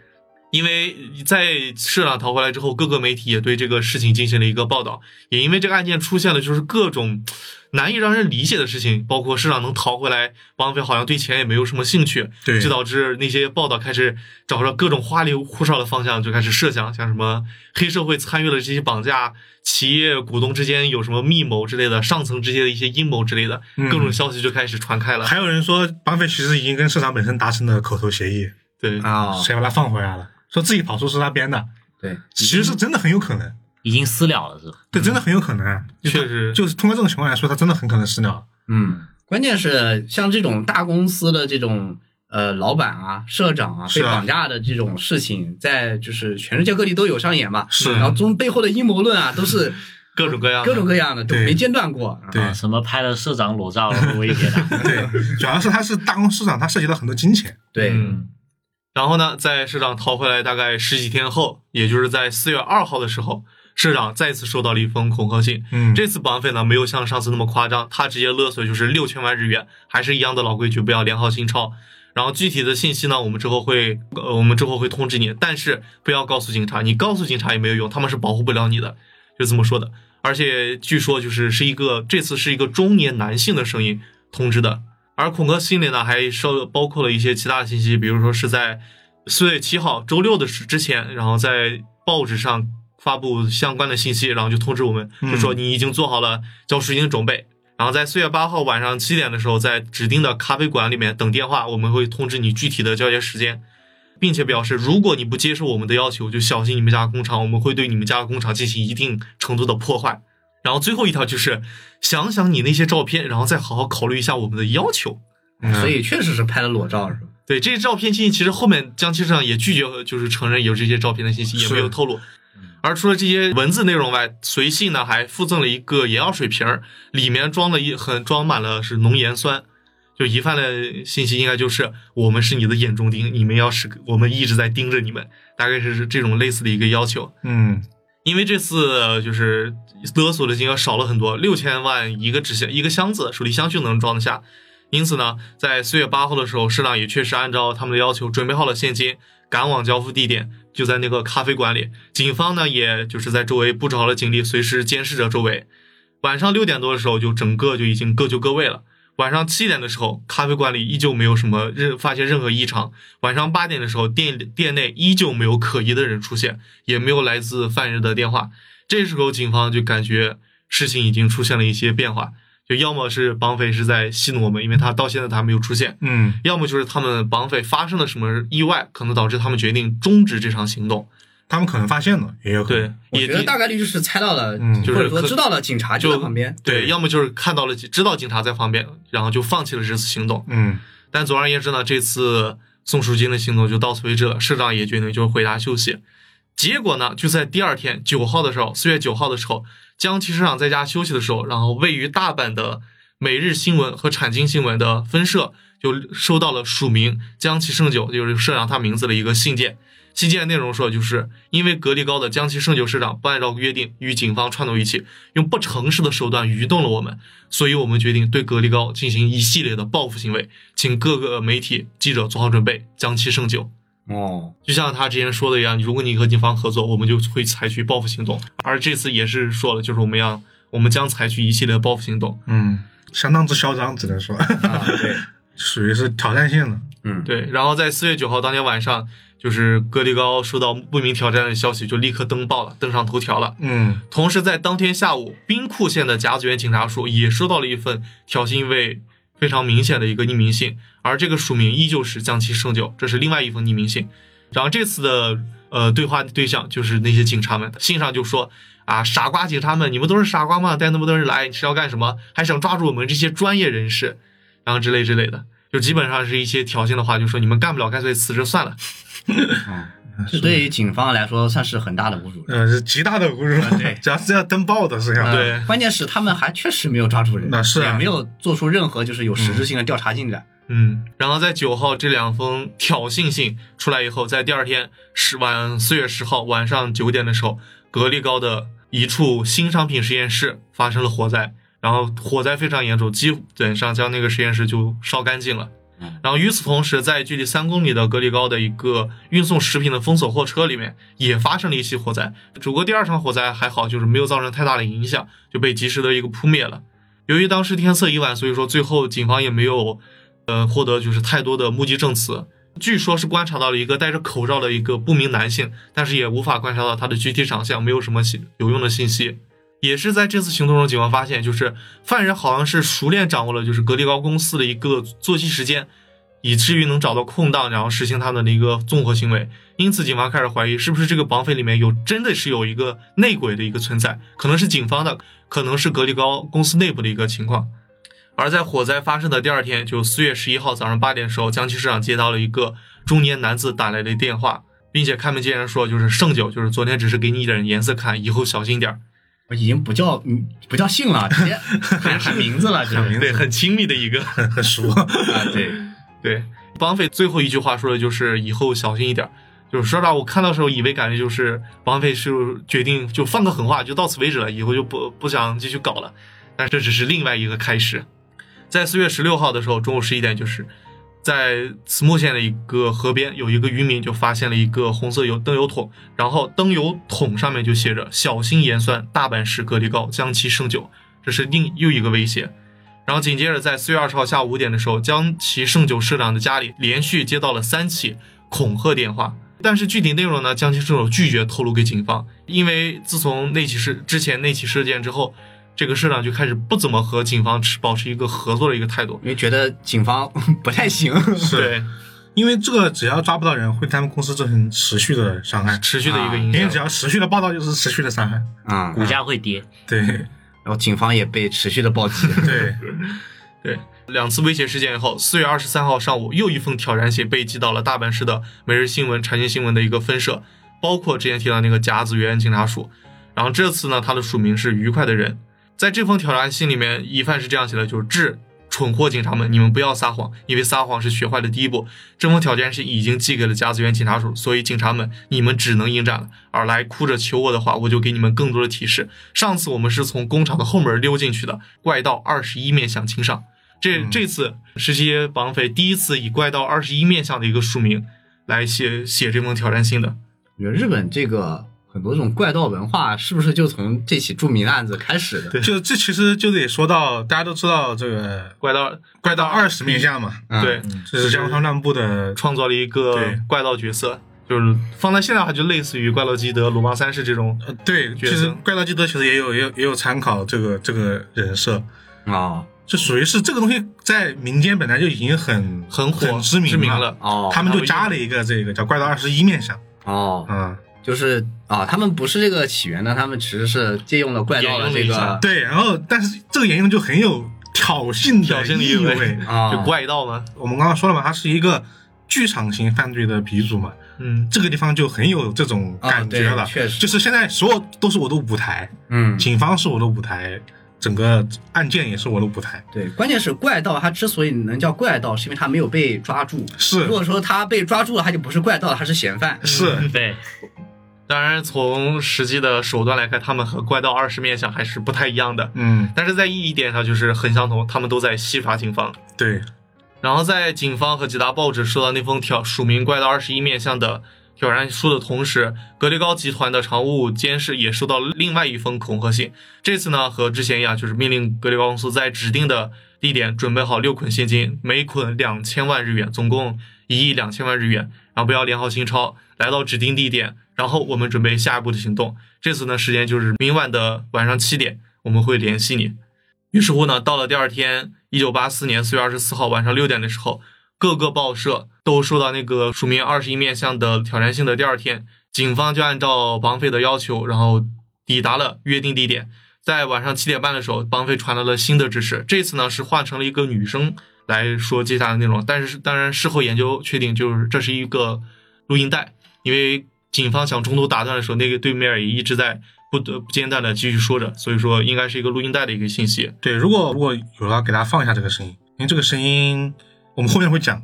因为在社长逃回来之后，各个媒体也对这个事情进行了一个报道，也因为这个案件出现了就是各种难以让人理解的事情，包括市长能逃回来，绑匪好像对钱也没有什么兴趣，
对
就导致那些报道开始找着各种花里胡哨的方向，就开始设想像什么黑社会参与了这些绑架，企业股东之间有什么密谋之类的，上层之间的一些阴谋之类的，
嗯
各种消息就开始传开了。
还有人说，绑匪其实已经跟社长本身达成了口头协议，
对，
啊
谁把他放回来了，说自己跑出是他编的，
对，
其实是真的很有可能，
已经私了了是吧？
对，真的很有可能，啊
确实
就是通过这种情况来说，他真的很可能失了。
嗯，关键是像这种大公司的这种呃老板啊、社长啊
是
被
啊
绑架的这种事情，在就是全世界各地都有上演嘛。
是
然后中背后的阴谋论啊，都是
各种各样的，
各种各样的，都
对
没间断过。
对
啊，什么拍了社长裸照然后威
[laughs]
胁他，
对，主要是他是大公司市场，他涉及到很多金钱，
对，
嗯，然后呢，在社长逃回来大概十几天后，也就是在四月二号的时候，社长再次收到了一封恐吓信。
嗯
这次绑匪呢没有像上次那么夸张，他直接勒索就是六千万日元，还是一样的老规矩，不要连号新钞。然后具体的信息呢，我们之后会，呃，我们之后会通知你，但是不要告诉警察，你告诉警察也没有用，他们是保护不了你的，就这么说的。而且据说就是是一个这次是一个中年男性的声音通知的，而恐吓信里呢，还稍包括了一些其他的信息，比如说是在四月七号周六的时之前，然后在报纸上发布相关的信息，然后就通知我们，
嗯
就说你已经做好了交赎金的准备。然后在四月八号晚上七点的时候，在指定的咖啡馆里面等电话，我们会通知你具体的交接时间，并且表示如果你不接受我们的要求，就小心你们家的工厂，我们会对你们家的工厂进行一定程度的破坏。然后最后一条就是想想你那些照片，然后再好好考虑一下我们的要求。
所以确实是拍了裸照，是吧？
对，这些照片信息其实后面江青上也拒绝，就是承认有这些照片的信息，也
是
没有透露。而除了这些文字内容外，随信呢还附赠了一个眼药水瓶儿，里面装了一很装满了是浓盐酸。就疑犯的信息应该就是我们是你的眼中钉，你们要是我们一直在盯着你们，大概是这种类似的一个要求。
嗯，
因为这次呃就是勒索的金额少了很多，六千万一个纸箱一个箱子手提箱就能装得下，因此呢，在四月八号的时候，市长也确实按照他们的要求准备好了现金，赶往交付地点，就在那个咖啡馆里。警方呢，也就是在周围布置好了警力，随时监视着周围。晚上六点多的时候，就整个就已经各就各位了。晚上七点的时候，咖啡馆里依旧没有什么任发现任何异常。晚上八点的时候，店店内依旧没有可疑的人出现，也没有来自犯人的电话。这时候，警方就感觉事情已经出现了一些变化，就要么是绑匪是在戏弄我们，因为他到现在他没有出现；
嗯，
要么就是他们绑匪发生了什么意外，可能导致他们决定终止这场行动。
他们可能发现了，也有可
对
能，，
我
也
觉得大概率就是猜到了，
嗯
或者
就是
说
可
知道了，警察就在旁边。
对，要么就是看到了知道警察在旁边，然后就放弃了这次行动。
嗯，
但总而言之呢，这次宋淑金的行动就到此为止了。社长也决定就是回家休息。结果呢，就在第二天九号的时候，四月九号的时候，江崎市长在家休息的时候，然后位于大阪的每日新闻和产经新闻的分社就收到了署名江崎胜久，就是社长他名字的一个信件。信件内容说，就是因为格力高的江崎胜久市长不按照约定与警方串到一起，用不诚实的手段愚弄了我们，所以我们决定对格力高进行一系列的报复行为，请各个媒体记者做好准备，将其胜久。
哦，
就像他之前说的一样，如果你和警方合作，我们就会采取报复行动。而这次也是说了，就是我们要，我们将采取一系列的报复行动。
嗯，相当之嚣张，只能说，
啊，对。
[laughs] 属于是挑战性的。
嗯，
对，然后在四月九号当天晚上，就是格力高收到不明挑战的消息，就立刻登报了，登上头条了。
嗯，
同时，在当天下午，兵库县的甲子园警察署也收到了一份挑衅意味非常明显的一个匿名信，而这个署名依旧是江崎胜久，这是另外一封匿名信。然后这次的呃对话对象就是那些警察们，信上就说啊，傻瓜警察们，你们都是傻瓜吗？带那么多人来是要干什么？还想抓住我们这些专业人士，然后之类之类的，就基本上是一些挑衅的话，就说你们干不了，干脆辞职算了。
嗯这对于警方来说算是很大的侮辱了。
呃，是极大的侮辱
啊对，
[laughs] 主要是要登报的，实际上。
对
呃关键是他们还确实没有抓住人，
那是啊
也没有做出任何就是有实质性的调查进展。
嗯，然后在九号这两封挑衅信出来以后，在第二天十晚四月十号晚上九点的时候，格力高的一处新商品实验室发生了火灾，然后火灾非常严重，基本上将那个实验室就烧干净了
嗯。
然后与此同时，在距离三公里的格力高的一个运送食品的封锁货车里面也发生了一起火灾，只不过第二场火灾还好，就是没有造成太大的影响，就被及时的一个扑灭了。由于当时天色已晚，所以说最后警方也没有呃获得就是太多的目击证词。据说是观察到了一个戴着口罩的一个不明男性，但是也无法观察到他的具体长相，没有什么信有用的信息。也是在这次行动中，警方发现，就是犯人好像是熟练掌握了就是格力高公司的一个作息时间，以至于能找到空档，然后实行他们的一个综合行为。因此，警方开始怀疑，是不是这个绑匪里面有真的是有一个内鬼的一个存在，可能是警方的，可能是格力高公司内部的一个情况。而在火灾发生的第二天，就四月十一号早上八点的时候，江西市长接到了一个中年男子打来的电话，并且开门见山说，就是盛酒，就是昨天只是给你一点颜色看，以后小心点儿。
我已经不叫嗯不叫姓了，直接喊喊名字了，直接
对，很亲密的一个，
很熟。 [laughs]
啊，对，
对。绑匪最后一句话说的就是以后小心一点儿。就是说实话，我看到的时候以为感觉就是绑匪是决定就放个狠话，就到此为止了，以后就不不想继续搞了。但这只是另外一个开始。在四月十六号的时候，中午十一点，就是在慈木县的一个河边，有一个渔民就发现了一个红色油灯油桶，然后灯油桶上面就写着“小心盐酸，大阪市格力高，将其生酒”，这是另又一个威胁。然后紧接着，在四月二十号下午五点的时候，江崎胜久社长的家里连续接到了三起恐吓电话，但是具体内容呢，江崎胜久拒绝透露给警方，因为自从那起事之前那起事件之后，这个社长就开始不怎么和警方持保持一个合作的一个态度。
因为觉得警方 [laughs] 不太行，
是
对，
因为这个只要抓不到人，会对他们公司造成持续的伤害。
持续的一个影
啊因为
响。
只要持续的报道，就是持续的伤害。
啊，
股价会跌。
对
然后警方也被持续的暴击。
对，
对，两次威胁事件以后，四月二十三号上午，又一封挑战信被寄到了大阪市的《每日新闻》财经新闻的一个分社，包括之前提到那个甲子园警察署。然后这次呢，他的署名是“愉快的人”。在这封挑战信里面，疑犯是这样写的：就是致蠢货警察们，你们不要撒谎，因为撒谎是学坏的第一步。这封挑战信已经寄给了甲子园警察署，所以警察们，你们只能迎战了。而来哭着求我的话，我就给你们更多的提示。上次我们是从工厂的后门溜进去的，怪盗二十一面相亲上。这
嗯
这次是这些绑匪第一次以怪盗二十一面相的一个署名来写写这封挑战信的。
我觉得日本这个很多这种怪盗文化，是不是就从这起著名案子开始的？
对
就这其实就得说到，大家都知道这个
怪盗
怪盗二十面相嘛，
嗯
对，
这是江川乱步的
创造了一个
对
怪盗角色，就是放在现在的话，就类似于怪盗基德、鲁邦三世这种。
呃，对，其
角
实
色
怪盗基德其实也有也有也有参考这个这个人设，
哦
就属于是这个东西在民间本来就已经很
很火
呃很知名
知名
了
了，
哦
他们就加了一个这个叫怪盗二十一面相
哦，
啊、
就是啊，他们不是这个起源的，他们只是借用了怪盗的这
沿用了一
个
下
对，然后但是这个沿用就很有挑衅的
挑衅的
意
意味
味。
啊，
就怪盗嘛，
我们刚刚说了嘛，它是一个剧场型犯罪的鼻祖嘛，
嗯，
这个地方就很有这种感觉了，
啊对确实
就是现在所有都是我的舞台，
嗯，
警方是我的舞台，整个案件也是我的舞台，
对，关键是怪盗他之所以能叫怪盗，是因为他没有被抓住。
是
如果说他被抓住了，他就不是怪盗了，他是嫌犯。
是。
对，
当然从实际的手段来看，他们和怪盗二十面相还是不太一样的，
嗯，
但是在意义点上就是很相同，他们都在戏耍警方。
对，
然后在警方和几大报纸收到那封挑署名怪盗二十一面相的挑战书的同时，格力高集团的常务监事也收到了另外一封恐吓信。这次呢，和之前一样，就是命令格力高公司在指定的地点准备好六捆现金，每捆两千万日元，总共一亿两千万日元，然后不要连号新钞，来到指定地点，然后我们准备下一步的行动。这次呢，时间就是明晚的晚上七点，我们会联系你。于是乎呢，到了第二天，一九八四年四月二十四号晚上六点的时候，各个报社都收到那个署名二十一面相的挑战信的第二天，警方就按照绑匪的要求，然后抵达了约定地点。在晚上七点半的时候，绑匪传来了新的指示，这次呢是换成了一个女生来说接下来的内容，但是当然事后研究确定就是这是一个录音带，因为警方想中途打断的时候，那个对面也一直在不得不间断的继续说着，所以说应该是一个录音带的一个信息。
对，如果如果有要给大家放一下这个声音，因为这个声音我们后面会讲，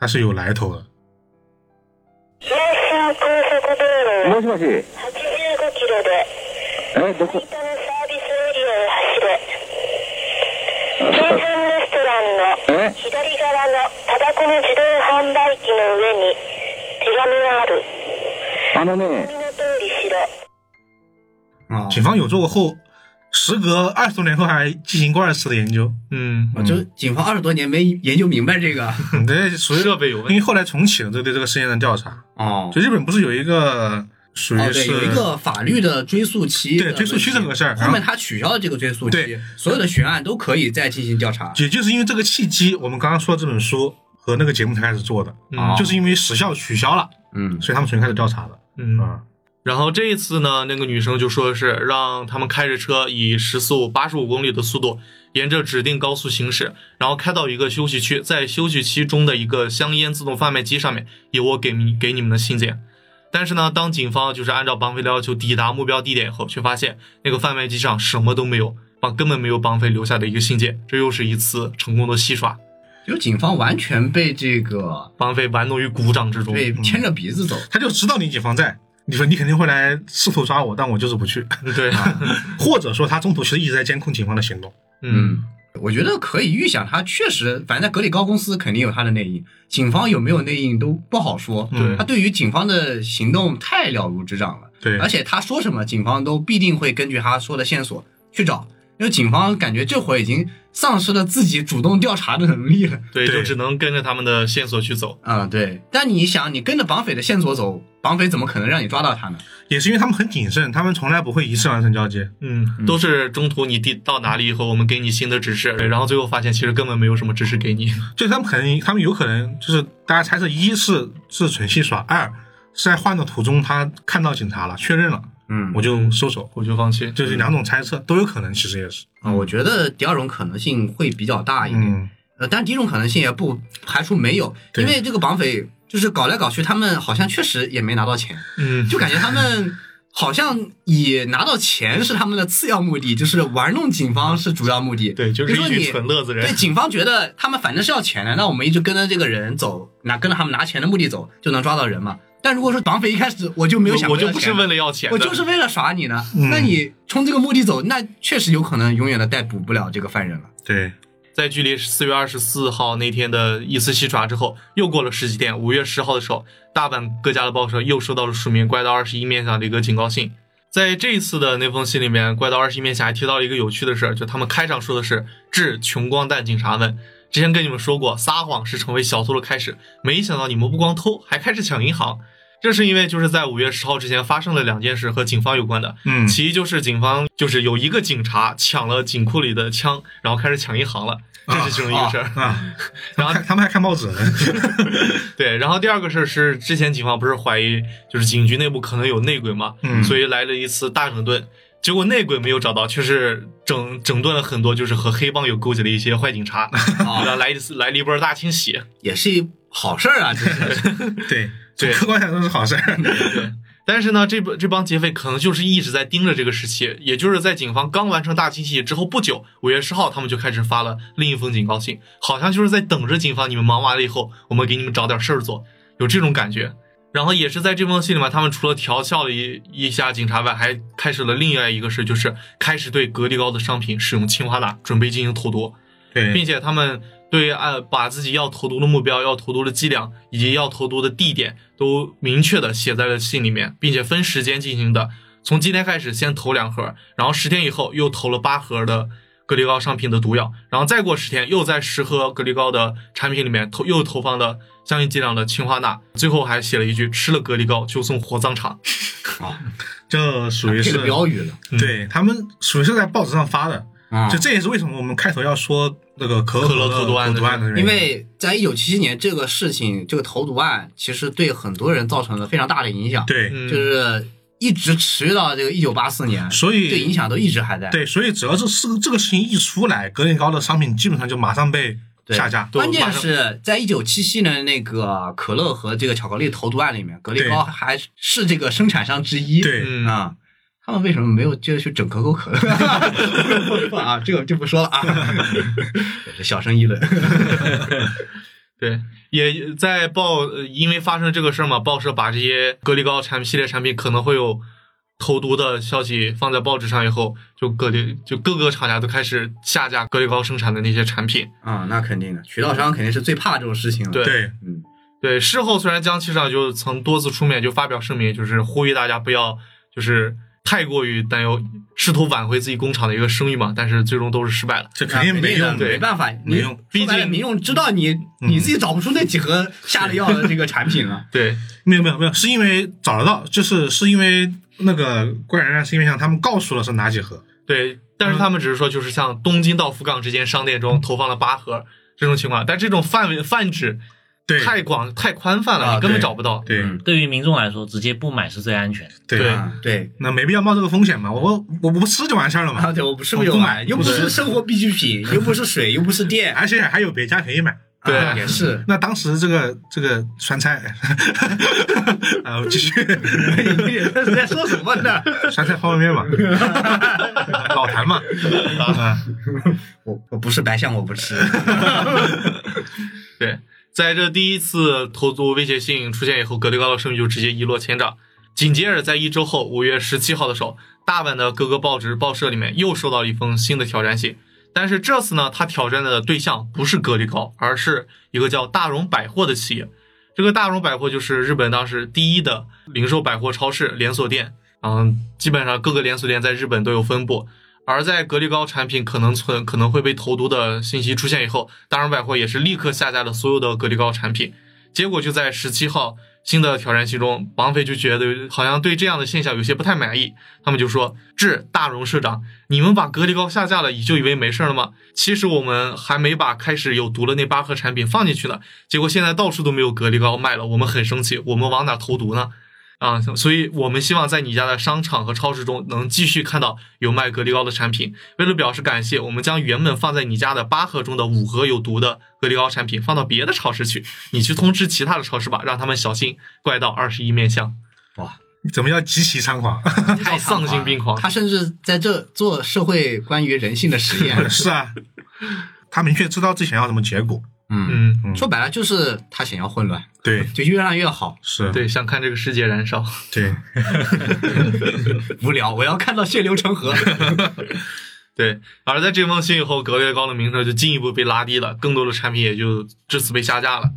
它是有来头的。
東総高速道路
もしもし。え、
85キロで
ど
吹
こ
田のサービスエリアを走れ京阪レストランの
え
左側のタバコの自動販売機の上に手紙がある
あのね
紙、の通りしろ
啊，
警方有做过后，时隔二十多年后还进行过二次的研究， [laughs]
嗯，
我就警方二十多年没研究明白这个。
嗯这属于
设备有
因
问
为
题。
后来重启了这对这个事件的调查。
[laughs] 哦
就日本不是有一个属
哦，
于
对，
是、
有一个法律的追诉期的
对
问题，
追诉期这个事儿
后
然后
面他取消了这个追诉期
对，
所有的悬案都可以再进行调查。
也就是因为这个契机，我们刚刚说这本书和那个节目才开始做的，
哦
嗯
就是因为时效取消了，
嗯，
所以他们重新开始调查的。
嗯，
啊、
然后这一次呢，那个女生就说是让他们开着车以时速八十五公里的速度，沿着指定高速行驶，然后开到一个休息区，在休息区中的一个香烟自动贩卖机上面有我给你给你们的信件。但是呢，当警方就是按照绑匪的要求抵达目标地点以后，却发现那个贩卖机上什么都没有，啊，根本没有绑匪留下的一个信件。这又是一次成功的戏耍，
就警方完全被这个
绑匪玩弄于鼓掌之中。
被牵着鼻子走，
他就知道你警方在，你说你肯定会来试图抓我，但我就是不去，
嗯对，
或者说他中途其实一直在监控警方的行动。
嗯，
我觉得可以预想，他确实，反正在格里高公司肯定有他的内应，警方有没有内应都不好说。
对
他对于警方的行动太了如指掌了，
对
而且他说什么，警方都必定会根据他说的线索去找，因为警方感觉这会儿已经丧失了自己主动调查的能力了。
对，
对
就只能跟着他们的线索去走。
啊、对，但你想，你跟着绑匪的线索走，绑匪怎么可能让你抓到他呢？
也是因为他们很谨慎，他们从来不会一次完成交接。
嗯，都是中途你地到哪里以后，我们给你新的指示，对然后最后发现其实根本没有什么指示给你。
就是他们可能，他们有可能就是大家猜测，一是是纯戏耍，二是在换的途中他看到警察了，确认了，
嗯
我就收手，
我就放弃。
就是两种猜测都有可能，其实也是，
啊、我觉得第二种可能性会比较大一点。
嗯，
呃，但第一种可能性也不排除没有，
对
因为这个绑匪就是搞来搞去，他们好像确实也没拿到钱，
嗯，
就感觉他们好像以拿到钱是他们的次要目的，就是玩弄警方是主要目的。
[laughs] 对就是
比如说
一
你
群蠢乐子人
对，警方觉得他们反正是要钱的，那 [laughs] 我们一直跟着这个人走，拿跟着他们拿钱的目的走，就能抓到人嘛。但如果说绑匪一开始我就没有想过
我我就
要
不
钱
是为了要钱的，
我就是为了耍你呢，
嗯
那你冲这个目的走，那确实有可能永远的逮捕不了这个犯人
[laughs]
了。
对，
在距离四月二十四号那天的一次戏耍之后，又过了十几天，五月十号的时候，大阪各家的报社又收到了署名怪盗二十一面相的一个警告信。在这一次的那封信里面，怪盗二十一面相还提到了一个有趣的事儿，就他们开场说的是致穷光蛋警察们。之前跟你们说过，撒谎是成为小偷的开始，没想到你们不光偷，还开始抢银行。这是因为就是在五月十号之前发生了两件事和警方有关的，
嗯，
其一就是警方就是有一个警察抢了警库里的枪，然后开始抢银行了，这是其中一个事儿。
啊，
然
他们
后
还他们还看报纸呢，
[laughs] 对，然后第二个事儿是之前警方不是怀疑就是警局内部可能有内鬼嘛，
嗯
所以来了一次大整顿。结果内鬼没有找到，却是整整顿了很多，就是和黑帮有勾结的一些坏警察，然后来一次来了一波大清洗。
啊也是一好事儿啊，这是
[laughs]
对，[laughs]
对
从客观上都是好事儿，
但是呢，这帮这帮劫匪可能就是一直在盯着这个时期，也就是在警方刚完成大清洗之后不久，五月十号他们就开始发了另一封警告信，好像就是在等着警方你们忙完了以后，我们给你们找点事儿做，有这种感觉。然后也是在这封信里面，他们除了调笑了一一下警察外，还开始了另外一个事，就是开始对格力高的商品使用氰化钠，准备进行投毒。并
对，
且他们对呃把自己要投毒的目标、要投毒的剂量以及要投毒的地点都明确的写在了信里面，并且分时间进行的。从今天开始先投两盒，然后十天以后又投了八盒的格力高商品的毒药，然后再过十天又在十盒格力高的产品里面投又投放了相应剂量的氰化钠，最后还写了一句吃了格力高就送火葬场。
这属于
配
是嗯
了啊标语了
对他们属于是在报纸上发的，
啊
就这也是为什么我们开头要说那个可
可乐
口
投毒案
投
的
毒案的原
因为在一九七七年这个事情，这个投毒案其实对很多人造成了非常大的影响，，
对、
嗯，
就是一直持续到这个一九八四年，
所以
这影响都一直还在。
对，所以只要这事这个事情一出来，格力高的商品基本上就马上被
对
下架。
对
关键是在一九七七年的那个可乐和这个巧克力投毒案里面，格力高还是这个生产商之一。
对
嗯
啊，他们为什么没有接着去整可口可乐 [laughs] 啊？这个就不说
[laughs]
了啊，也是小声议论。 [laughs]
对，也在报，呃因为发生这个事儿嘛，报社把这些格力高产系列产品可能会有投毒的消息放在报纸上以后，就格力就各个厂家都开始下架格力高生产的那些产品。
啊，那肯定的，渠道商肯定是最怕这种事情了。
对
对
嗯，
对，事后虽然江七上就曾多次出面就发表声明，就是呼吁大家不要就是太过于担忧，试图挽回自己工厂的一个声誉嘛，但是最终都是失败了。
这
那
肯定没
的
用
对
没办法，
没
你
用
说白
毕
了
竟
民用知道你你自己找不出那几盒下了药的这个产品了。
对，
没有没有没有，是因为找得到，就是是因为那个怪人是因为像他们告诉了是哪几盒，
对，但是他们只是说，就是像东京到福冈之间商店中投放了八盒这种情况，但这种范围泛指
对
太广太宽泛了，
啊
你根本
对
找不到。
对、
嗯
对于民众来说，直接不买是最安全的。
对
[laughs] 对
啊对，
那没必要冒这个风险嘛，我我我不吃就完事儿了嘛，
啊，对，我不是
我
没有
不买
买，又不
不是
是生活必需品，又不是水，又不是电，
而且还有别家可以买。。
对
啊也是
那当时这个这个酸菜， [laughs] 啊，我继续 [laughs]
你这是在说什么呢？ [laughs]
酸菜方便面嘛， [laughs] 老坛嘛，啊，
我我不是白象，我不吃。
对，在这第一次投毒威胁信出现以后，格力高的声誉就直接一落千丈。紧接着，在一周后，五月十七号的时候，大阪的各个报纸、报社里面又收到了一封新的挑战信。但是这次呢，他挑战的对象不是格力高，而是一个叫大荣百货的企业。这个大荣百货就是日本当时第一的零售百货超市连锁店，嗯，基本上各个连锁店在日本都有分布。而在格力高产品可能存可能会被投毒的信息出现以后，大荣百货也是立刻下架了所有的格力高产品。结果就在十七号新的挑战期中，绑匪就觉得好像对这样的现象有些不太满意，他们就说：“致大荣社长，你们把格力高下架了，你就以为没事儿了吗？其实我们还没把开始有毒的那八盒产品放进去呢，结果现在到处都没有格力高卖了，我们很生气，我们往哪投毒呢？”啊，所以我们希望在你家的商场和超市中能继续看到有卖格力高的产品。为了表示感谢，我们将原本放在你家的八盒中的五盒有毒的格力高产品放到别的超市去，你去通知其他的超市吧，让他们小心怪盗二十一面相。
哇，
怎么叫极其猖狂？。
太丧心病狂
他甚至在这做社会关于人性的实验
[laughs] 是啊，他明确知道自己想要什么结果。
嗯，
嗯，
说白了就是他想要混乱，
对，
就越乱越好。
是，
对，想看这个世界燃烧。
对，
无聊，我要看到血流成河。
对，而在这封信以后，格力高的名声就进一步被拉低了，更多的产品也就至此被下架了。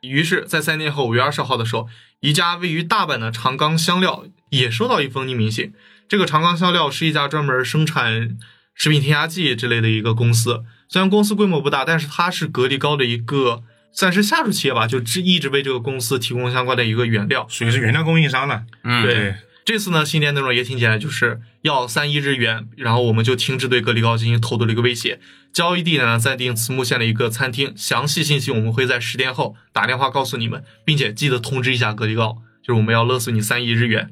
于是，在三天后，五月二十号的时候，一家位于大阪的长冈香料也收到一封匿名信。这个长冈香料是一家专门生产食品添加剂之类的一个公司，虽然公司规模不大，但是它是格力高的一个算是下属企业吧，就只一直为这个公司提供相关的一个原料。
属于是原料供应商了。
嗯
对
对，
这次呢，新年内容也挺简单，就是要三亿日元，然后我们就停止对格力高进行投毒的一个威胁。交易地点呢暂定慈木县的一个餐厅，详细信息我们会在十天后打电话告诉你们，并且记得通知一下格力高，就是我们要勒索你三亿日元。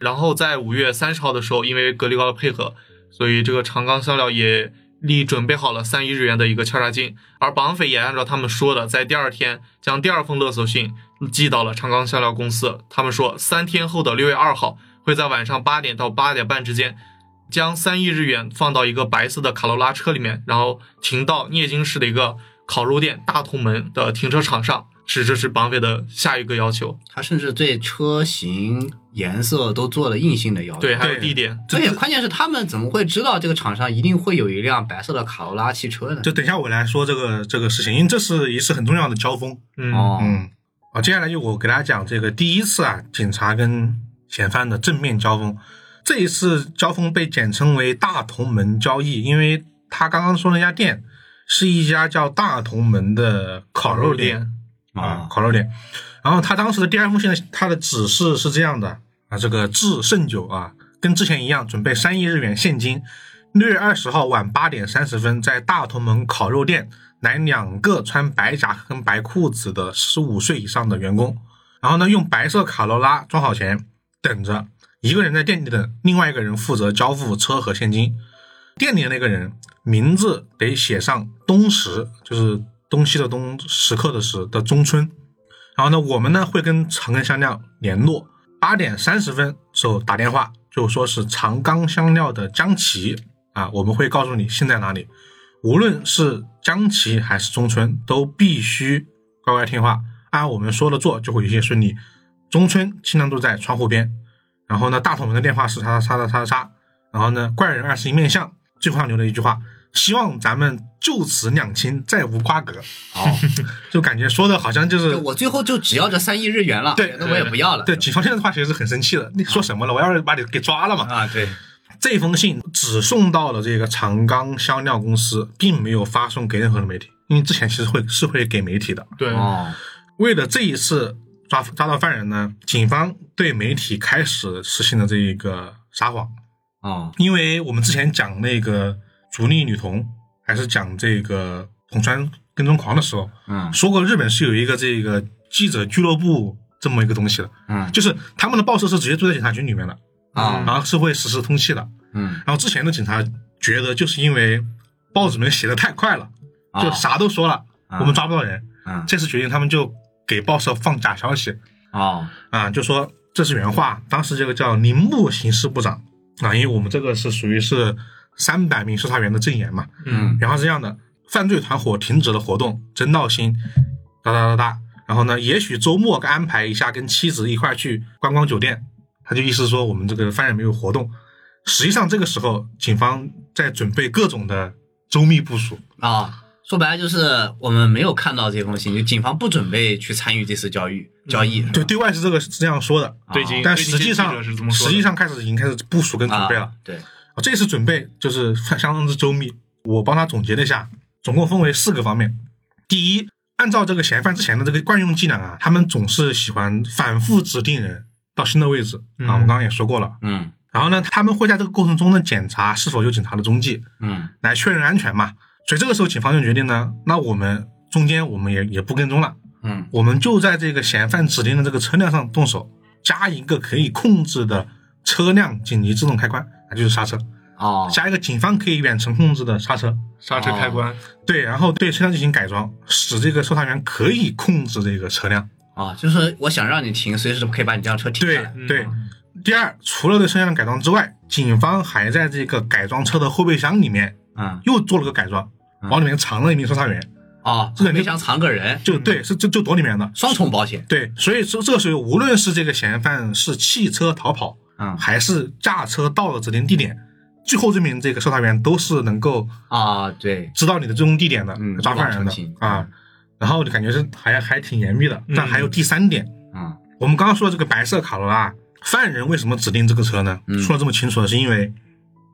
然后在五月三十号的时候，因为格力高的配合，所以这个长冈香料也立准备好了三亿日元的一个敲诈金，而绑匪也按照他们说的，在第二天将第二封勒索信寄到了长冈香料公司。他们说，三天后的六月二号会在晚上八点到八点半之间，将三亿日元放到一个白色的卡罗拉车里面，然后停到涅京市的一个烤肉店大同门的停车场上。是，这是绑匪的下一个要求，
他甚至对车型、颜色都做了硬性的要求。
对，还有
对
地点，
而且关键是他们怎么会知道这个厂商一定会有一辆白色的卡罗拉汽车呢？
就等一下我来说这个这个事情，因为这是一次很重要的交锋。
嗯，
哦，
嗯，啊，接下来就我给大家讲这个第一次啊，警察跟嫌犯的正面交锋。这一次交锋被简称为大同门交易，因为他刚刚说那家店是一家叫大同门的烤肉店，啊，烤肉店。然后他当时的第二封信呢，他的指示是这样的啊，这个制盛酒啊，跟之前一样，准备三亿日元现金。六月二十号晚八点三十分，在大同门烤肉店来两个穿白夹克跟白裤子的十五岁以上的员工，然后呢，用白色卡罗拉装好钱，等着一个人在店里等，另外一个人负责交付车和现金。店里的那个人名字得写上东石，就是东西的东，时刻的时的中村。然后呢，我们呢会跟长庚香料联络，八点三十分时候打电话，就说是长冈香料的江崎啊，我们会告诉你现在哪里。无论是江崎还是中村，都必须乖乖听话，按我们说的做，就会有一些顺利。中村尽量都在窗户边，然后呢，大筒门的电话是叉叉叉叉叉叉，然后呢，怪人二十一面相，最后上留了一句话，希望咱们就此两清，再无瓜葛。哦，就感觉说的好像就是
对我最后就只要这三亿日元了，
对
那我也不要了。
对，警方现在的话其实是很生气的，你说什么了？我要是把你给抓了嘛。
啊，对，
这封信只送到了这个长冈香料公司，并没有发送给任何的媒体，因为之前其实会是会给媒体的。
对，
哦，
为了这一次抓抓到犯人呢，警方对媒体开始实行了这一个撒谎，
哦，
因为我们之前讲那个逐利女童，还是讲这个红川跟踪狂的时候，
嗯
说过日本是有一个这个记者俱乐部这么一个东西的。
嗯
就是他们的报社是直接住在警察局里面的，
啊
然后是会实时通气的。
嗯，
然后之前的警察觉得，就是因为报纸们写的太快了，
啊
就啥都说了，
啊
我们抓不到人。
嗯
这次决定，他们就给报社放假消息
哦，
啊，就说这是原话。当时这个叫铃木刑事部长啊，因为我们这个是属于是三百名搜查员的证言嘛，
嗯
然后是这样的，犯罪团伙停止了活动，真闹心，哒哒哒哒。然后呢，也许周末安排一下跟妻子一块去观光酒店，他就意思说我们这个犯人没有活动。实际上这个时候，警方在准备各种的周密部署，
啊，说白了就是我们没有看到这封信，就警方不准备去参与这次交易交易。
嗯对对外是这个是这样说的，
啊对警，
但
对
实际上
记者是这么说
实
的
际上开始已经开始部署跟准
啊
备了。，
对，
啊，这次准备就是相相当之周密。我帮他总结了一下，总共分为四个方面。第一，按照这个嫌犯之前的这个惯用伎俩啊，他们总是喜欢反复指定人到新的位置、啊，我们刚刚也说过了。
嗯
然后呢，他们会在这个过程中呢检查是否有警察的踪迹，
嗯
来确认安全嘛。所以这个时候，警方就决定呢，那我们中间我们也也不跟踪了，
嗯
我们就在这个嫌犯指定的这个车辆上动手，加一个可以控制的车辆紧急制动开关，啊，就是刹车。
哦
加一个警方可以远程控制的刹车，
刹车开关，
对，然后对车辆进行改装，使这个搜查员可以控制这个车辆。
哦，就是我想让你停，随时都可以把你这辆车停下
对
来。嗯
对。第二，除了对车辆的改装之外，警方还在这个改装车的后备箱里面
嗯
又做了个改装，往里面藏了一名搜查员，
哦，
这个
没想藏个人，
就对，是就就躲里面的。
双重保险。
对，所以说这个时候，无论是这个嫌犯是弃车逃跑，
[laughs]
嗯
还是驾车到了指定地点，最后这名这个搜查员都是能够
啊，对，
知道你的最终地点的，
嗯
抓犯人
不枉
的
成嗯亲
啊。然后就感觉是还还挺严密的。但还有第三点，
嗯
我们刚刚说的这个白色卡罗拉，犯人为什么指定这个车呢？
嗯
说的这么清楚呢，是因为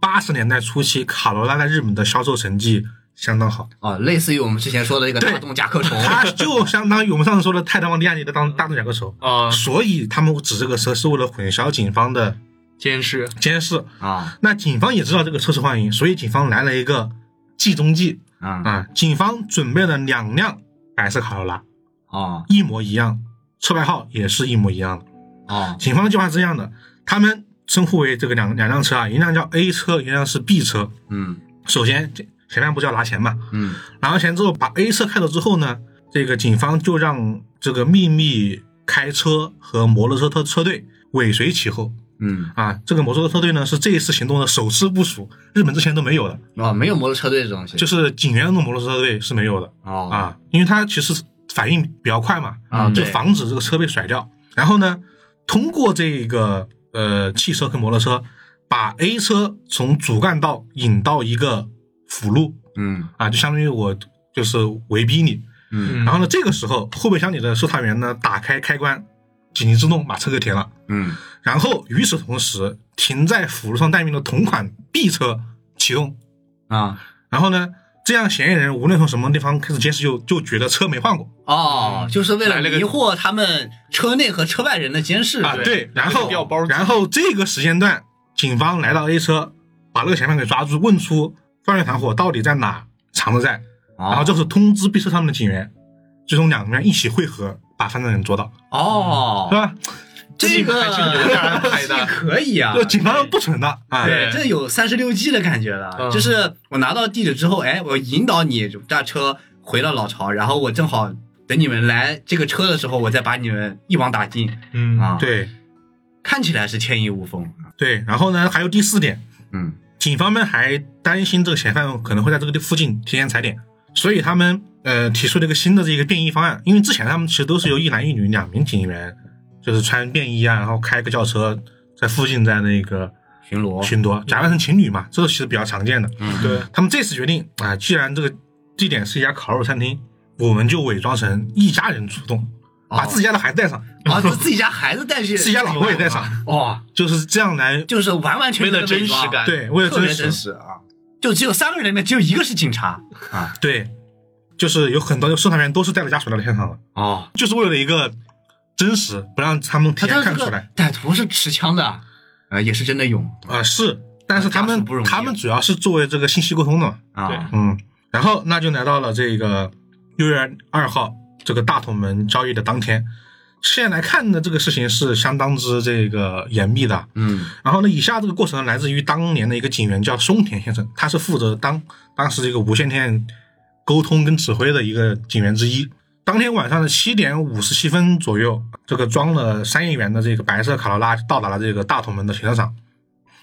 八十年代初期卡罗拉在日本的销售成绩相当好，
哦，类似于我们之前说的那个
对
大众甲壳
[laughs]
虫。
它就相当于我们上次说的泰坦王迪亚尼的当大众甲壳虫。
嗯
啊，
所以他们指这个车是为了混淆警方的
监视，
监视。
啊
那警方也知道这个车受欢迎，所以警方来了一个计中计
嗯
啊
啊！警方准备了两辆白色卡罗拉，
哦
一模一样，车牌号也是一模一样的。
哦
警方的计划是这样的，他们称呼为这个两两辆车啊，一辆叫 A 车，一辆是 B 车。
嗯
首先，这嫌犯不是要拿钱嘛？
嗯
拿完钱之后，把 A 车开走之后呢，这个警方就让这个秘密开车和摩托车车车队尾随其后
嗯
啊。这个摩托车车队呢，是这一次行动的首次部署，日本之前都没有的，
哦，没有摩托车队这东西。
就是警员用的摩托车车队是没有的。
哦
啊，因为它其实反应比较快嘛，
啊
就
对
防止这个车被甩掉。然后呢，通过这个呃汽车和摩托车，把 A 车从主干道引到一个辅路
嗯
啊，就相当于我就是围逼你。
嗯
然后呢，这个时候后备箱里的搜查员呢打开开关，紧急制动把车给填了。
嗯
然后与此同时，停在辅路上待命的同款 B 车启动
啊
然后呢，这样嫌疑人无论从什么地方开始监视就，就觉得车没换过
哦，就是为了
嗯来了个
迷惑他们车内和车外人的监视
啊
对吧
对，然后
掉包
然后这个时间段，警方来到 A 车，把那个嫌犯给抓住，问出犯罪团伙到底在哪藏着在，
哦
啊
然后就是通知 B 车上面的警员，最终两边一起汇合，把犯罪人捉到，是
哦，
吧？
这个
嗯还是 [laughs] 有
[laughs]
点儿拍的
可以啊
就，警方不蠢的啊，
对
这有三十六计的感觉了。
嗯
就是我拿到地址之后，哎，我引导你驾车回到老巢，然后我正好等你们来这个车的时候，我再把你们一网打尽
嗯
啊。，
对
看起来是天衣无缝。啊
对，然后呢，还有第四点，
嗯，
警方们还担心这个嫌犯可能会在这个地附近提前踩点，所以他们呃提出了一个新的这个便衣方案。因为之前他们其实都是由一男一女两名警员，就是穿便衣啊，然后开个轿车在附近在那个
巡逻，
巡逻，假扮成情侣嘛，这个其实比较常见的。
嗯，
对，
他们这次决定啊，既然这个地点是一家烤肉餐厅，我们就伪装成一家人出动，
哦
把自己家的孩子带上，
啊，就自己家孩子带去，
自己家老婆也带上，
哦，
就是这样来
就是完完全
为
全的
了真
伪装
实感，
对为了
特别
真
真
实
实啊。就只有三个人里面只有一个是警察啊。
对，就是有很多的搜查员都是带着家属来到现场的。
哦，
就是为了一个真实，不让他们提
他
前
当
看
时
出
啊这
来
个歹徒是持枪的，呃，也是真的勇
啊、是，但是他
家属
们
不容易
他们主要是作为这个信息沟通的嘛，
对
啊。
嗯，然后那就来到了这个六月二号这个大同门交易的当天，现在来看呢，这个事情是相当之这个严密的。
嗯，
然后呢，以下这个过程来自于当年的一个警员叫松田先生，他是负责当当时这个无线电沟通跟指挥的一个警员之一。当天晚上的七点五十七分左右，这个装了三亿元的这个白色卡罗拉到达了这个大同门的停车场。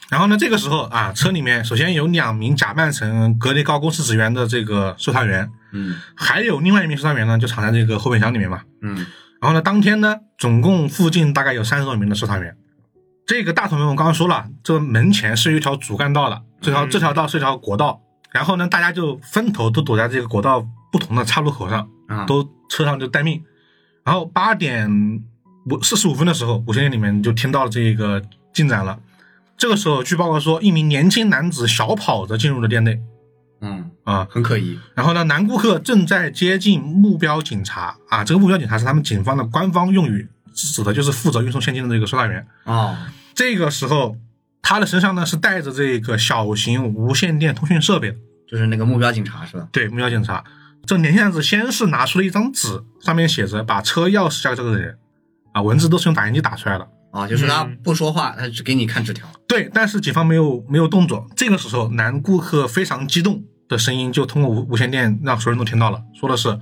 然后呢，这个时候啊，车里面首先有两名假扮成格雷高公司职员的这个搜查员，
嗯
还有另外一名搜查员呢，就藏在这个后备箱里面嘛。
嗯
然后呢，当天呢，总共附近大概有三十多名的搜查员。这个大同门我刚刚说了，这个门前是有一条主干道的，这条、
嗯
这条道是一条国道。然后呢，大家就分头都躲在这个国道不同的岔路口上，
啊，
都车上就待命。然后八点五四十五分的时候，无线电里面就听到了这个进展了。这个时候，据报告说，一名年轻男子小跑着进入了店内
嗯，
啊、
很可疑。
然后呢，男顾客正在接近目标警察啊，这个目标警察是他们警方的官方用语，指的就是负责运送现金的这个收账员。
哦，
这个时候，他的身上呢是带着这个小型无线电通讯设备的，
就是那个目标警察是吧？
对，目标警察。这年轻男子先是拿出了一张纸，上面写着把车钥匙交给这个人，啊，文字都是用打印机打出来的。
啊，就是他
嗯
不说话，他只给你看纸条。
对，但是警方没有没有动作。这个时候，男顾客非常激动的声音就通过无无线电让所有人都听到了，说的是：“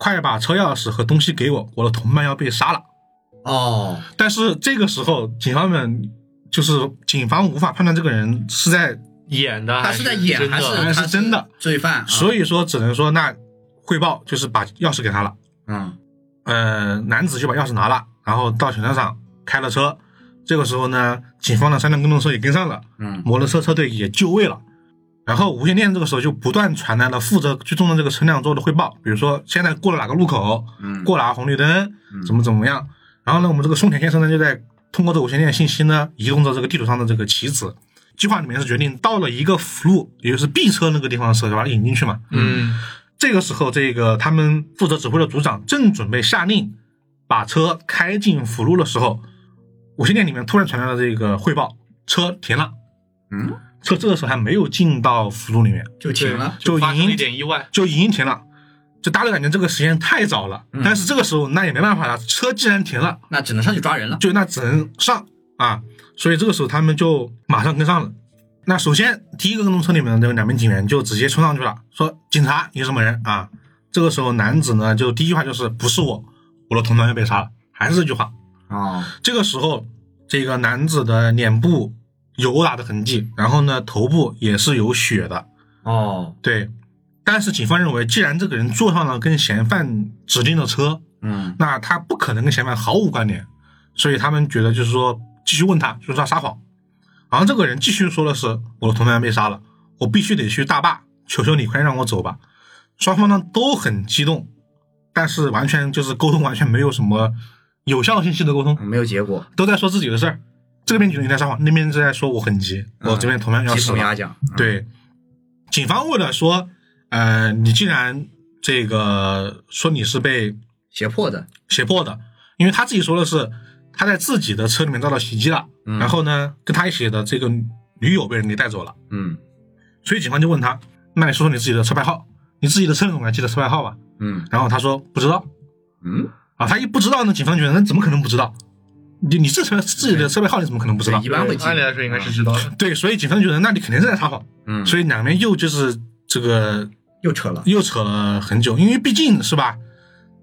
快把车钥匙和东西给我，我的同伴要被杀了。
哦，”
但是这个时候，警方们就是警方无法判断这个人是在，
啊演的
他
还
是在演
真
还
的
是
还是
他
真的
罪犯？啊
所
以，
以说只能说那汇报就是把钥匙给他了。
嗯
呃，男子就把钥匙拿了，然后到停车场开了车。这个时候呢，警方的三辆跟踪车也跟上了。
嗯
摩托车车队也就位了。然后无线电这个时候就不断传来了负责追踪的这个车辆做的汇报，比如说现在过了哪个路口，
嗯，
过了哪个红绿灯，
嗯
怎么怎么样。然后呢，我们这个松田先生呢就在通过这个无线电信息呢，移动着这个地图上的这个棋子。计划里面是决定到了一个辅路，也就是 B 车那个地方的时候，就把它引进去嘛。
嗯
这个时候，这个他们负责指挥的组长正准备下令把车开进辅路的时候，无线电里面突然传来了这个汇报，车停了。
嗯，
车这个时候还没有进到辅路里面，
就停了。
就
就
已
发生
经
一点意外，
就已经停了。就大家都感觉这个时间太早了，但是这个时候那也没办法了，车既然停了，
那只能上去抓人了。
就那只能上啊。所以这个时候他们就马上跟上了。那首先第一个跟踪车里面的这个两名警员就直接冲上去了，说：“警察，你是什么人啊？”这个时候男子呢就第一句话就是：“不是我，我的同伴又被杀了。”还是这句话。
哦，
这个时候，这个男子的脸部有殴打的痕迹，然后呢头部也是有血的，
哦，
对，但是警方认为，既然这个人坐上了跟嫌犯指定的车，
嗯
那他不可能跟嫌犯毫无关联，所以他们觉得就是说继续问他，就是他撒谎。然后这个人继续说的是，我的同伴被杀了，我必须得去大坝，求求你快让我走吧。双方呢都很激动，但是完全就是沟通完全没有什么有效信息的沟通，
没有结果，
都在说自己的事儿。这边觉得你在撒谎，那边是在说我很急，我这边同伴要
鸡
死
同
了。
鸭讲。
对，警方为了说，呃，你既然这个说你是被
嗯胁迫的，
胁迫的，因为他自己说的是他在自己的车里面遭到袭击了，
嗯
然后呢，跟他一起的这个女友被人给带走了，
嗯
所以警方就问他，那你说说你自己的车牌号，你自己的车总该记得车牌号吧？
嗯
然后他说不知道
嗯，
啊，他一不知道呢，警方觉得那怎么可能不知道？你你自车自己的车牌号你怎么可能不知道
对？一般会啊记
啊按理来说应该是知道的。
对，所以警方觉得那你肯定是在撒谎，
嗯，
所
以
以两边又就是这个
又扯了，
又扯了很久，因为毕竟是吧，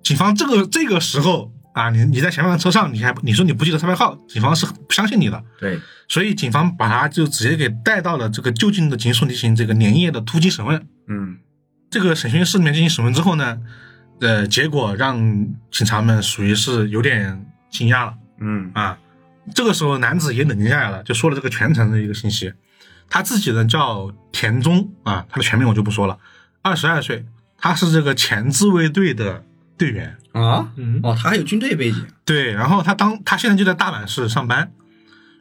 警方这个这个时候啊，你你在前面的车上，你还你说你不记得车牌号，警方是不相信你的，
对，
所以警方把他就直接给带到了这个就近的警署进行这个连夜的突击审问。
嗯
这个审讯室里面进行审问之后呢，呃，结果让警察们属于是有点惊讶了。
嗯
啊，这个时候男子也冷静下来了，就说了这个全程的一个信息。他自己呢叫田中啊，他的全名我就不说了，二十二岁，他是这个前自卫队的队员。
啊，
嗯，
哦，他还有军队背景，
对，然后他当他现在就在大阪市上班，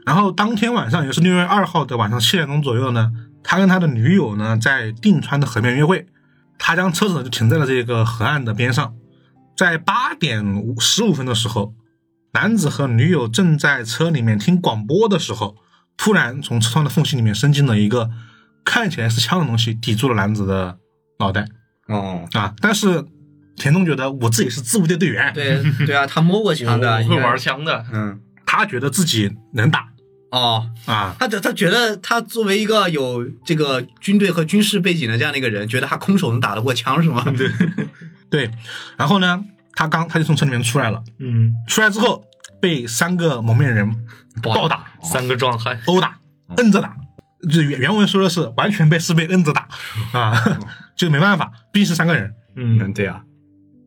然后当天晚上也是六月二号的晚上七点钟左右呢，他跟他的女友呢在定川的河边约会，他将车子就停在了这个河岸的边上，在八点十五分的时候，男子和女友正在车里面听广播的时候，突然从车窗的缝隙里面伸进了一个看起来是枪的东西，抵住了男子的脑袋
[laughs]
哦，
啊，但是田中觉得我自己是自卫队队员，
对对啊，他摸过枪的，
我
应
会
该
玩，枪的，
嗯，
他觉得自己能打
哦，
啊，
他他他觉得他作为一个有这个军队和军事背景的这样的一个人，觉得他空手能打得过枪是吗？对，
对，然后呢，他刚他就从车里面出来了，
嗯，
出来之后被三个蒙面人暴打、嗯
三个壮汉，
殴打、摁着打。就原原文说的是完全被是被摁 [laughs] 着打啊，就没办法，毕竟是三个人。
嗯，
对啊，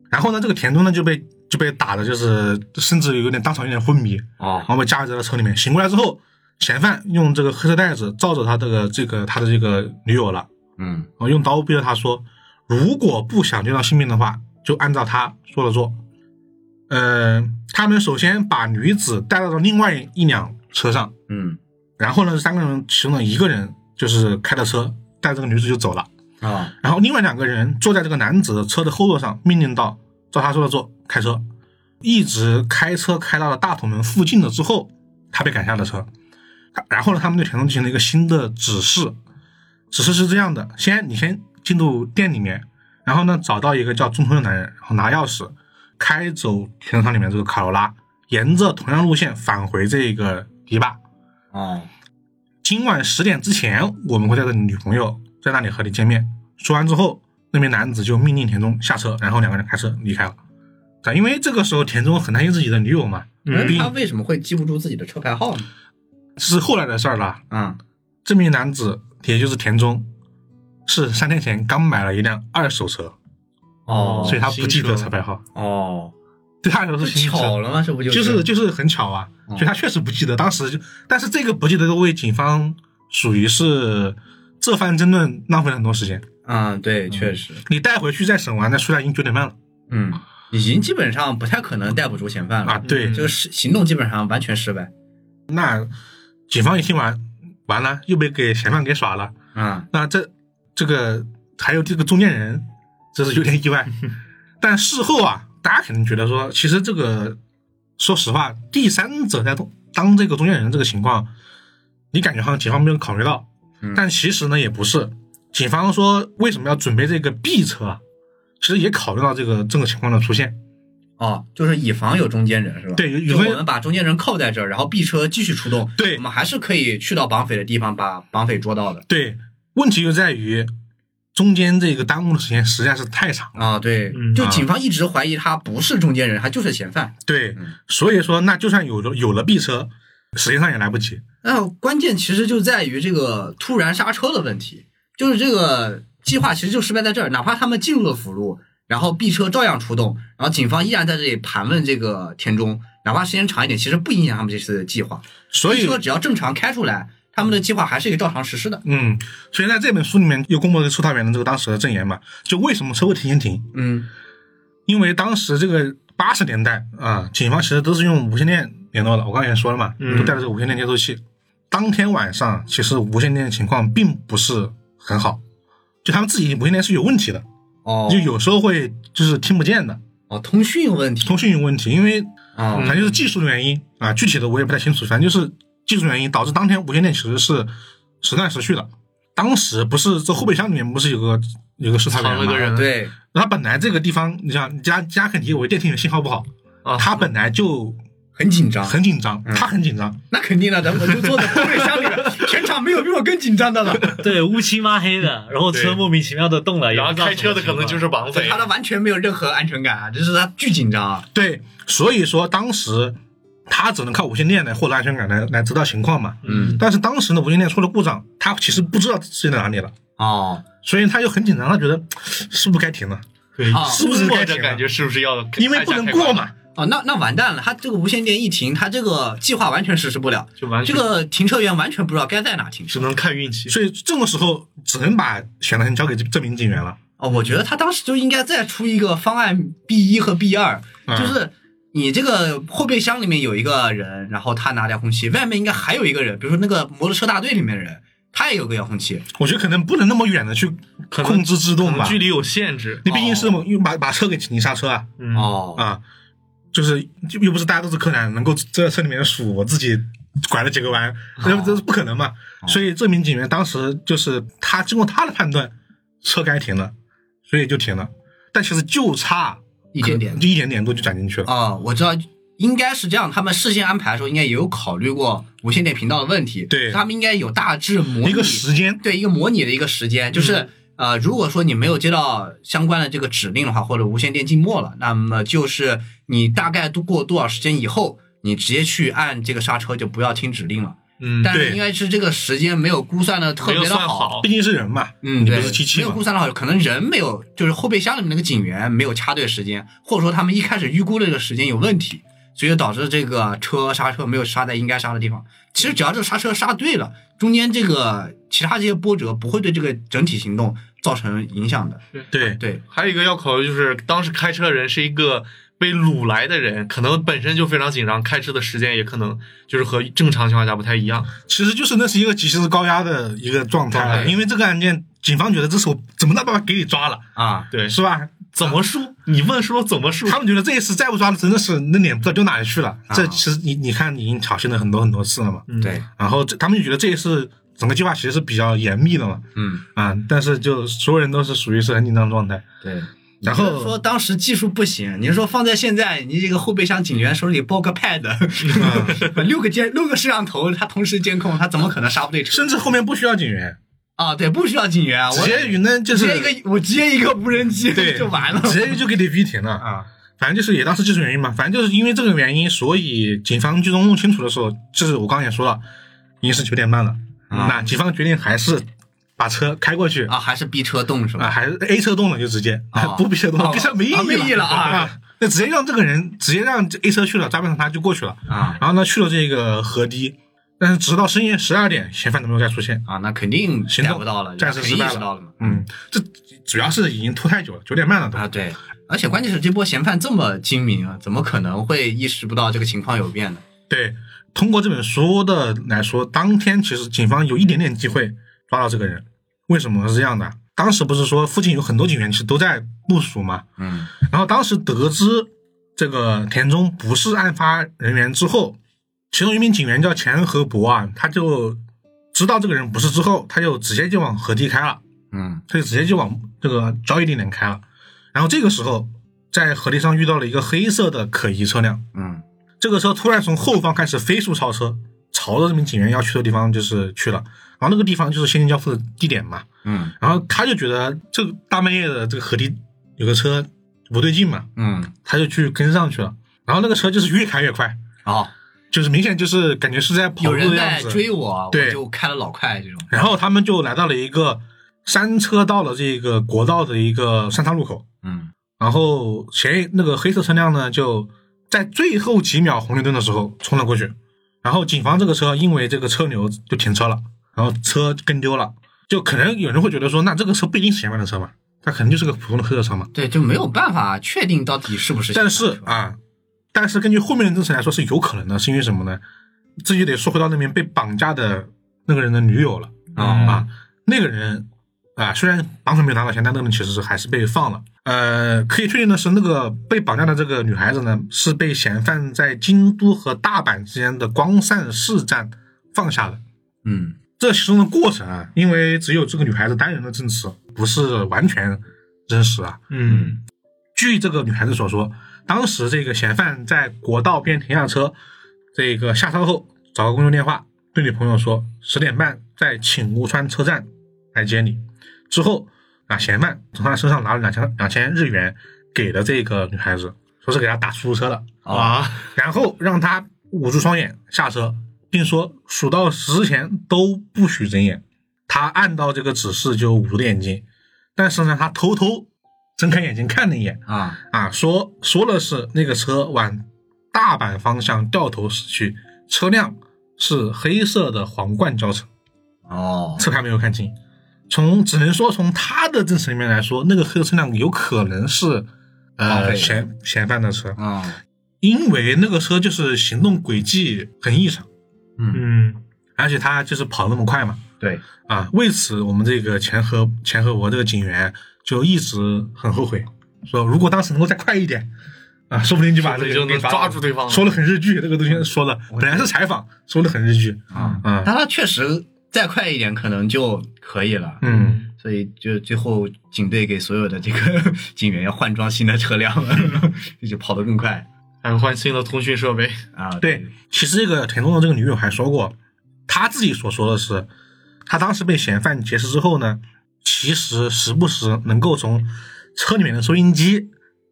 然后呢，这个田中呢就被就被打的，就是甚至有点当场有点昏迷，
哦
然，后被架在了车里面。醒过来之后，嫌犯用这个黑色袋子罩着他这个这个他的这个女友了，
嗯
然后哦用刀逼着他说，如果不想丢掉性命的话，就按照他说的做。呃，他们首先把女子带到了另外一辆车上，
嗯
然后呢，三个人其中的一个人就是开着车带这个女子就走了，
啊，
然后另外两个人坐在这个男子的车的后座上，命令道：“照他说的做，开车。”一直开车开到了大同门附近了之后，他被赶下了车。他然后呢，他们对田中进行了一个新的指示，指示是这样的：先你先进入店里面，然后呢找到一个叫中村的男人，然后拿钥匙开走停车场里面这个卡罗拉，沿着同样路线返回这个迪坝。
哦，
今晚十点之前，我们会带着你女朋友在那里和你见面。说完之后，那名男子就命令田中下车，然后两个人开车离开了。对，因为这个时候田中很担心自己的女友嘛，
那
毕
他
竟
为什么会记不住自己的车牌号呢？
是后来的事儿了。
啊，
这名男子，也就是田中，是三天前刚买了一辆二手车，
哦
所以他
新
不记得
车
车牌号。
哦，
对他来说
不
是新车
巧，了吗？这不就
就是就是很巧啊，
嗯
所以他确实不记得当时就，但是这个不记得都为警方属于是这番争论浪费了很多时间。
嗯，对，确实，
你带回去再审完，再出来已经九点半了
嗯，已经基本上不太可能逮捕住嫌犯
啊！
了，
对，
嗯
这个是行动基本上完全失败。
那警方一听完，完了又被给嫌犯给耍了。
啊，
那这这个还有这个中间人，这是有点意外。但事后啊，大家肯定觉得说，其实这个说实话，第三者在当当这个中间人这个情况，你感觉好像警方没有考虑到，
嗯
但其实呢也不是。警方说为什么要准备这个 B 车啊？其实也考虑到这个这个情况的出现。
哦，就是以防有中间人是吧？
对有有
就
中间
我们把中间人扣在这儿，然后 B 车继续出动，
对
我们还是可以去到绑匪的地方把绑匪捉到的。
对，问题就在于中间这个耽误的时间实在是太长了。
啊，对，
嗯
就警方一直怀疑他不是中间人，他就是嫌犯。
对
嗯，
所以说那就算有了有了 B 车，时间上也来不及。
那关键其实就在于这个突然刹车的问题，就是这个计划其实就失败在这儿。哪怕他们进入了辅路，然后 B 车照样出动，然后警方依然在这里盘问这个田中，哪怕时间长一点，其实不影响他们这次的计划。
所
B
以
车，只要正常开出来，他们的计划还是可以照常实施的。
嗯，所以在这本书里面又公布了出道员的这个当时的证言嘛，就为什么车会提前停？
嗯
因为当时这个八十年代啊，警方其实都是用无线电联络的，我刚才也说了嘛，
嗯
都带着这个无线电接收器。当天晚上，其实无线电的情况并不是很好，就他们自己无线电是有问题的，
哦，
就有时候会就是听不见的
哦，通讯问题
通讯有问题，因为
啊，
嗯
反正就是技术的原因啊，具体的我也不太清楚，反正就是技术原因导致当天无线电其实是时断时续的。当时不是这后备箱里面不是有个有个视察员
藏了
吗
个？人
对，
然后本来这个地方，你像加加肯尼维电梯里面信号不好，
啊，
他本来就
很紧张，
很紧张，
嗯
他很紧张，
那肯定了，咱们就坐在后备箱里
[laughs]
面，全场没有比我更紧张的了。
[laughs]
对，乌漆嘛黑的，然后车
嗯对
莫名其妙的动了，也
然
不
后
知道
开
什么
车的可能就
情
是绑匪
他，的完全没有任何安全感啊，这是他巨紧张啊。
对，所以说当时他只能靠无线电来获得安全感，来来知道情况嘛。
嗯，
但是当时呢，无线电出了故障，他其实不知道自己在哪里了，
哦，
所以他就很紧张，他觉得是不是该停了，
对
啊
是不是
摸
该
着
停了
感？觉是不是要
因为不能过嘛，
哦，那那完蛋了，他这个无线电一停，他这个计划完全实施不了，
就完
这
全
个停车员完全不知道该在哪停车。
只能看运气。
[laughs] 所以这个时候只能把选择权交给这这名警员了。
哦，我觉得他当时就应该再出一个方案 B 一和 B 二，
嗯
就是你这个后备箱里面有一个人，然后他拿遥控器，外面应该还有一个人，比如说那个摩托车大队里面的人，他也有个遥控器。
我觉得可能不能那么远的去
可能
控制制
可
动
能
吧，
距离有限制，
你毕竟是用把把车给紧急刹车啊
嗯，
哦，
啊，就是就又不是大家都是柯南，能够坐在车里面数我自己拐了几个弯，这这是不可能嘛。所以这名警员当时就是他经过他的判断，车该停了，所以就停了。但其实就差
一点点
就一点点路就转进去了。
啊、我知道，应该是这样。他们事先安排的时候，应该也有考虑过无线电频道的问题。
对
他们应该有大致模拟
一个时间
对一个模拟的一个时间，就是、呃，如果说你没有接到相关的这个指令的话，或者无线电静默了，那么就是你大概度过多少时间以后，你直接去按这个刹车，就不要听指令了。
嗯，
但是
对
应该是这个时间没有估算的特
没有
别的
算
好。
好
毕，竟是人嘛，
嗯，
你
对，
不是机器
没有
嘛
估。算的好，可能人没有，就是后备箱里面那个警员没有掐对时间，或者说他们一开始预估的这个时间有问题，所以导致这个车刹车没有刹在应该刹的地方。其实只要这个刹车刹对了，中间这个其他这些波折不会对这个整体行动造成影响的。
对，
对，
还有一个要考虑就是，当时开车的人是一个被掳来的人，可能本身就非常紧张，开车的时间也可能就是和正常情况下不太一样。
其实就是那是一个极其高压的一个状态
状
了，
态
因为这个案件，警方觉得这是我怎么办法给你抓了，
啊，
对，
是
[laughs]
吧？
怎么输？你问说怎么输？
他们觉得这一次再不抓，真的是那脸不知道丢哪里去了。
啊
这其实你你看，你已经挑衅了很多很多次了嘛。
嗯
对，
然后这他们就觉得这一次整个计划其实是比较严密的嘛，
嗯，
啊，但是就所有人都是属于是很紧张状态。
对。
然
你是说
后
当时技术不行，你是说放在现在，你这个后备箱警员手里抱个
嗯
pad，六个 [laughs] 监六个摄像头，他同时监控，他怎么可能刹不对车？
甚至后面不需要警员，
啊，对，不需要警员啊，我
直接与那就是
直接一个我直接一个无人机 [laughs]
[laughs] 对
就完了
直接就给你逼停了。
啊
反正就是也当是技术原因嘛，反正就是因为这个原因，所以警方最终弄清楚的时候，就是我刚刚也说了，已经是九点半了。
啊
那警方决定还是把车开过去
啊，还是逼车动是
啊，
吧？
还是 A 车动了就直接，
哦
[laughs] 不 B 车动
哦
了，B 车没意义
啊
了，
没意义了啊！
那直接让这个人直接让 A 车去了，抓不上他就过去了。
啊
然后呢，去了这个河堤，但是直到深夜十二点，嫌犯都没有再出现。
啊，那肯定
行动
逮不到了，
暂时
肯定
失败
意识
了
到了嘛
嗯，这主要是已经拖太久了，九点半了都。
啊，对，而且关键是这波嫌犯这么精明啊，怎么可能会意识不到这个情况有变呢？
对，通过这本书的来说，当天其实警方有一点点机会抓到这个人。为什么是这样的？当时不是说附近有很多警员其实都在部署吗？
嗯
然后当时得知这个田中不是案发人员之后，其中一名警员叫钱和博啊，他就知道这个人不是之后，他就直接就往河堤开了，
嗯
他就直接就往这个交易地点开了。然后这个时候，在河堤上遇到了一个黑色的可疑车辆，
嗯
这个车突然从后方开始飞速超车，朝着这名警员要去的地方就是去了。然后那个地方就是现金交付的地点嘛，
嗯
然后他就觉得这个大半夜的这个河堤有个车不对劲嘛，
嗯，
他就去跟上去了。然后那个车就是越开越快，
哦，
就是明显就是感觉是在跑
有
路
人
的样
在
子。
追我，我
对
就开了老快这种。
然后他们就来到了一个山车道的这个国道的一个三岔路口，
嗯
然后前那个黑色车辆呢就在最后几秒红绿灯的时候冲了过去，然后警方这个车因为这个车流就停车了，然后车跟丢了，就可能有人会觉得说，那这个车不一定是嫌犯的车嘛，它可能就是个普通的黑色车嘛。
对，就没有办法确定到底是不是。
但是，啊，但是根据后面的证词来说是有可能的，是因为什么呢？这啊就得说回到那名被绑架的那个人的女友了、
嗯
啊，那个人啊、虽然绑匪没有拿到钱，但那个人其实是还是被放了。呃，可以确定的是，那个被绑架的这个女孩子呢，是被嫌犯在京都和大阪之间的光善市站放下的。
嗯
这其中的过程啊，因为只有这个女孩子单人的证词，不是完全真实啊。
嗯
据这个女孩子所说，当时这个嫌犯在国道边停下车，这个下车后找个公用电话，对女朋友说十点半在寝屋川车站来接你。之后啊，嫌犯从她身上拿了两千两千日元，给了这个女孩子，说是给她打出租车的，
啊，
然后让她捂住双眼下车，并说数到十之前都不许睁眼。她按照这个指示就捂着眼睛，但是呢，她偷偷睁开眼睛看了一眼。
啊
啊，说说了是那个车往大阪方向掉头驶去，车辆是黑色的皇冠轿车，
哦
车牌没有看清。从只能说从他的证词里面来说，那个黑色车辆有可能是
绑匪
呃
的
嫌嫌犯的车，
啊
因为那个车就是行动轨迹很异常，
嗯
嗯
而且他就是跑那么快嘛。
对
啊，为此我们这个钱和钱和国这个警员就一直很后悔，说如果当时能够再快一点，啊，说不定就把这
说
个啊嗯
不定就
给
能
抓
抓
了
住对方了
说的很日剧，这个东西说的本来是采访，说的很日剧
啊，
啊
但，他确实再快一点可能就可以了。
嗯，
所以就最后警队给所有的这个 [laughs] 警员要换装新的车辆了， [laughs] 就跑得更快
还换新的通讯设备。
啊。
对，其实这个田中的这个女友还说过，她自己所说的是，她当时被嫌犯劫持之后呢，其实时不时能够从车里面的收音机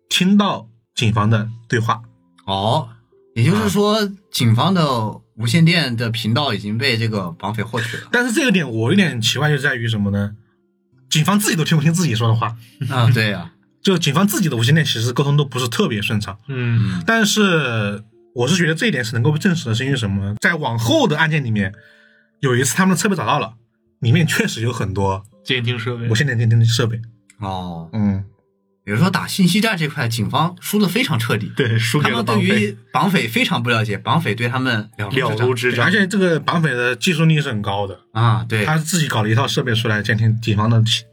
听到警方的对话，
哦，也就是说，警方的无线电的频道已经被这个绑匪获取
[laughs]
了
但是这个点我有点奇怪，就在于什么呢？警方自己都听不清自己说的话，
啊。对呀、
就警方自己的无线电其实沟通都不是特别顺畅。
嗯
但是我是觉得这一点是能够被证实的，是因为什么呢？在往后的案件里面，有一次他们的车被找到了，里面确实有很多
监听设备
无线电监听设备。
哦，
嗯，
比如说打信息战这块，警方输的非常彻底。
对输
他
给了
们对
绑匪，
于绑匪非常不了解，绑匪对他们了
了如
如指
指掌
而。且这个绑匪的技术力是很高的，
掌啊。对，
他自己搞了一套设备出来监听警方的信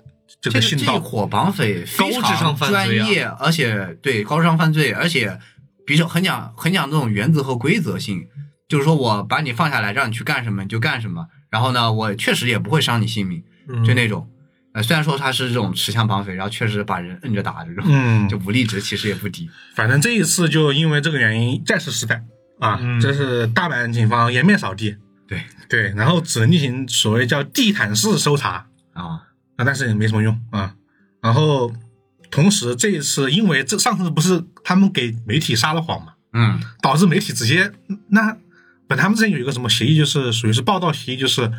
这
这
个
个
信
这一
道。
伙绑匪非
高智
常
商犯罪
专
啊
业，而且对高智商犯罪，而且比较很讲很讲这种原则和规则性，就是说我把你放下来，让你去干什么你就干什么，然后呢，我确实也不会伤你性命，
嗯
就那种。呃，虽然说他是这种持枪绑匪，然后确实把人摁着打这种，
嗯
就武力值其实也不低。
反正这一次就因为这个原因再次失败啊，
嗯
这是大阪警方颜面扫地。
对
对，然后只能进行所谓叫地毯式搜查
啊，
啊，但是也没什么用啊。然后同时这一次，因为这上次不是他们给媒体撒了谎嘛，
嗯，
导致媒体直接那本他们之前有一个什么协议，就是属于是报道协议，就是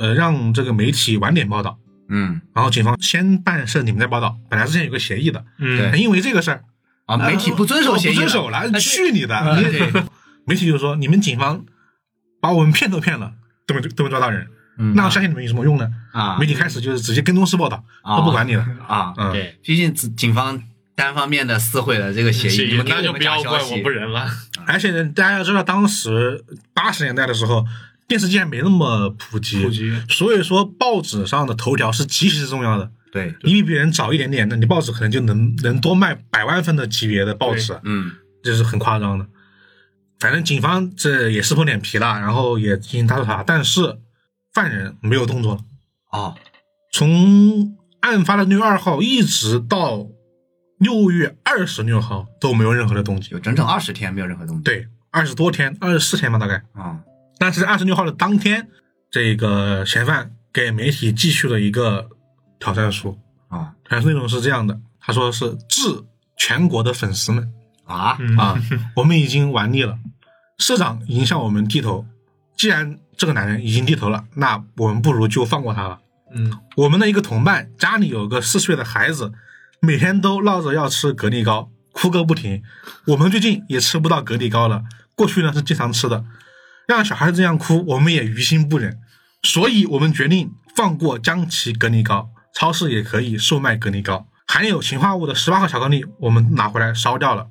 呃让这个媒体晚点报道，
嗯
然后警方先办事，你们再报道。本来之前有个协议的，
嗯，
因为这个事儿
啊，媒体不遵守协
呃
议
不
了，
遵守了，
哎
去啊你的！
对对对
媒体就说你们警方把我们骗都骗了，都没都没抓到人，[laughs]
嗯
那我相信你们有什么用呢？
啊
媒体开始就是直接跟踪式报道，
啊
都不管你了。
啊，
嗯，
对，
毕竟警警方单方面的撕毁了这个协议，你们给
那
我
就
们
不
假
要
消
怪
息
我不仁了。
而且呢，大家要知道，当时八十年代的时候，电视机还没那么普及，
嗯
普及
所以说报纸上的头条是极其重要的。
对，
你比别人早一点点，那你报纸可能就能能多卖百万份的级别的报纸。
嗯
这是很夸张的。反正警方这也撕破脸皮了，然后也进行大搜查，但是犯人没有动作了。
哦，
从案发的六月二号一直到六月二十六号都没有任何的动静。
有整整二十天没有任何动静。
对，二十多天，二十四天吧，大概。
啊，
但是二十六号的当天，这个嫌犯给媒体寄去了一个挑战书，
啊
挑战书内容是这样的：他说是致全国的粉丝们，
啊
嗯
啊，我们已经玩腻了，社长已经向我们低头。既然这个男人已经低头了，那我们不如就放过他了。
嗯，
我们的一个同伴家里有个四岁的孩子，每天都闹着要吃格力糕，哭个不停。我们最近也吃不到格力糕了，过去呢是经常吃的。让小孩这样哭，我们也于心不忍，所以我们决定放过江崎格力糕，超市也可以售卖格力糕。含有氰化物的十八号巧克力，我们拿回来烧掉了。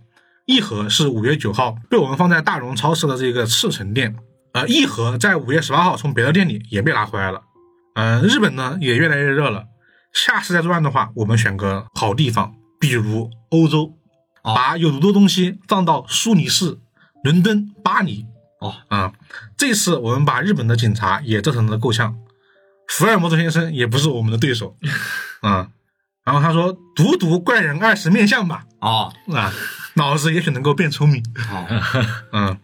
一盒是五月九号被我们放在大荣超市的这个赤城店，呃，一盒在五月十八号从别的店里也被拿回来了。呃，日本呢也越来越热了，下次再作案的话，我们选个好地方，比如欧洲，
哦
把有毒的东西放到苏黎世、伦敦、巴黎。
哦
啊，这次我们把日本的警察也折腾得够呛，福尔摩斯先生也不是我们的对
[laughs]
手啊。然后他说：“读读怪人二十面相吧，
哦
啊，脑子也许能够变聪明。”
哦，
嗯，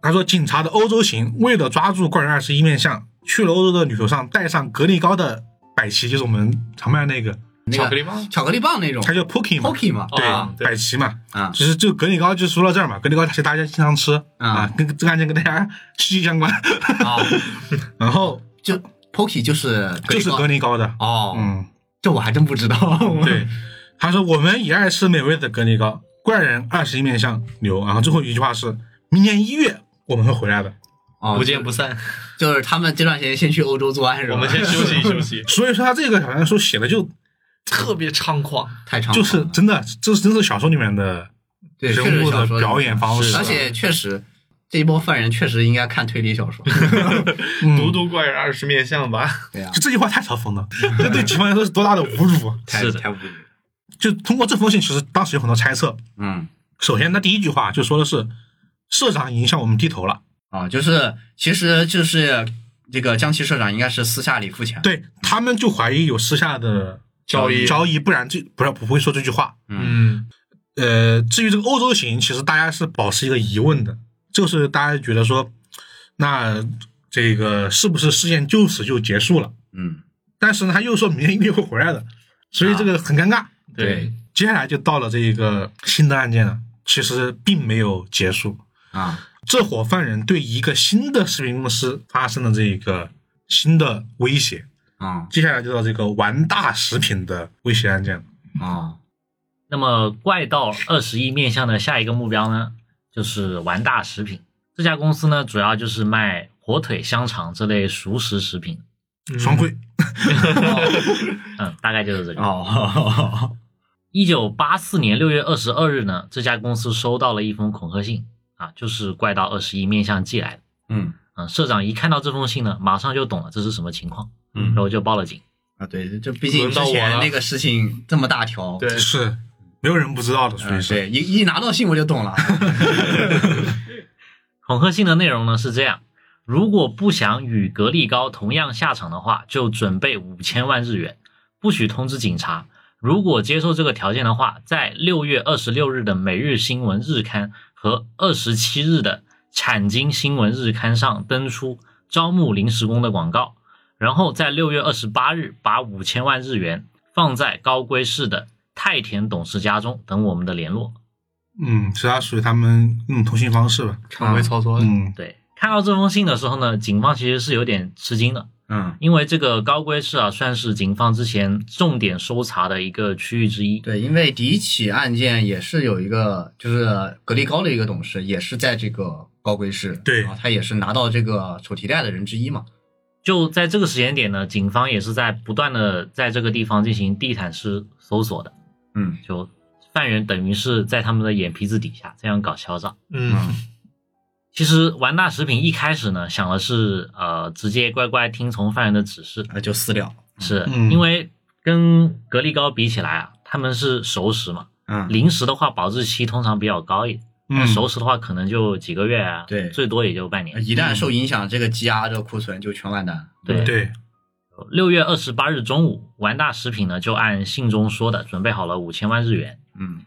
他说警察的欧洲行为了抓住怪人二十一面相，去了欧洲的旅途上带上格力高的百奇，就是我们常卖的那个，
那
巧克
个
力棒
巧克力棒那种
它叫 Pocky 嘛，
，Pocky 嘛，
哦对，
啊
对
百奇嘛，
啊
其实就格力高就说到这儿嘛，格力高其实大家经常吃啊
啊，
跟这个案件跟大家息息 [laughs] 相关。
啊，
然后
就 Pocky 就是
就是格
力
力高的，
棒哦，
嗯，
这我还真不知道，
对，他说我们也爱吃美味的格力高，怪人二十一面相牛。然后最后一句话是，明年一月我们会回来的。，
[laughs] 哦，
不见不散。
就是他们这段时间先去欧洲作案是吧？
我们先休息休息
所以说他这个小说书写的就
特别猖狂。
[laughs] 太长了，
就是真的，这是真是小说里面的
对确
人
实
物的
小说
表演方式，
而且确实这一波犯人确实应该看推理小说，
读
嗯，
读怪人二十面相吧，
对啊
就，这句话太嘲讽
[laughs]
了，这对警方来说是多大的侮辱啊！
太
是的
太无语了，
就通过这封信，其实当时有很多猜测。
嗯。
首先，他第一句话就说的是社长已经向我们低头了，
啊，就是其实就是这个江西社长应该是私下里付钱，，
对他们就怀疑有私下的嗯
交易
交易，不然这不然不会说这句话。
嗯，
嗯，
呃，至于这个欧洲行，其实大家是保持一个疑问的，就是大家觉得说，那这个是不是事件就此就结束了？
嗯，
但是呢，他又说明天一定会回来的，
啊
所以这个很尴尬。
对，
接下来就到了这个新的案件了，其实并没有结束。
啊，
这伙犯人对一个新的食品公司发生了这个新的威胁，
啊
接下来就到这个完大食品的威胁案件了。
[laughs]
啊，
那么怪盗二十一面向的下一个目标呢，就是完大食品。这家公司呢，主要就是卖火腿、香肠这类熟食食品。
嗯
双规，
嗯，大概就是这个。
哦，
一九八四年六月二十二日呢，这家公司收到了一封恐吓信啊，就是怪盗二十一面向寄来的。
嗯
嗯，社长一看到这封信呢，马上就懂了这是什么情况，
嗯
然后就报了警。
啊，对，这毕竟
轮
之
到我
前
了
那个事情这么大条，
对
是没有人不知道的，属于
嗯，
是。
呃对，一一拿到信我就
[laughs]
懂了，
恐吓信的内容呢是这样：如果不想与格力高同样下场的话，就准备五千万日元，不许通知警察。如果接受这个条件的话，在六月二十六日的《每日新闻日刊》和二十七日的《产经新闻日刊》上登出招募临时工的广告，然后在六月二十八日把五千万日元放在高龟市的太田董事家中等我们的联络。
嗯，其他属于他们嗯通信方式吧。
常规操
哦
作，
嗯，
对，看到这封信的时候呢，警方其实是有点吃惊的，
嗯，
因为这个高龟市啊，算是警方之前重点搜查的一个区域之一。
对，因为第一起案件也是有一个就是格力高的一个董事，也是在这个高龟市，
对
然后他也是拿到这个手提袋的人之一嘛，
就在这个时间点呢，警方也是在不断的在这个地方进行地毯式搜索的，
嗯
就犯人等于是在他们的眼皮子底下这样搞敲诈。
嗯，
其实完大食品一开始呢，想的是呃直接乖乖听从犯人的指示，
啊，就私了，
是、
嗯
因为跟格力高比起来啊，他们是熟食嘛，
嗯，
零食的话保质期通常比较高一点，
嗯
呃
熟食的话可能就几个月啊，
对
最多也就半年。
呃一旦受影响，这个积压的库存就全完蛋，[laughs]
对
对，
六月二十八日中午，完大食品呢就按信中说的准备好了五千万日元，
嗯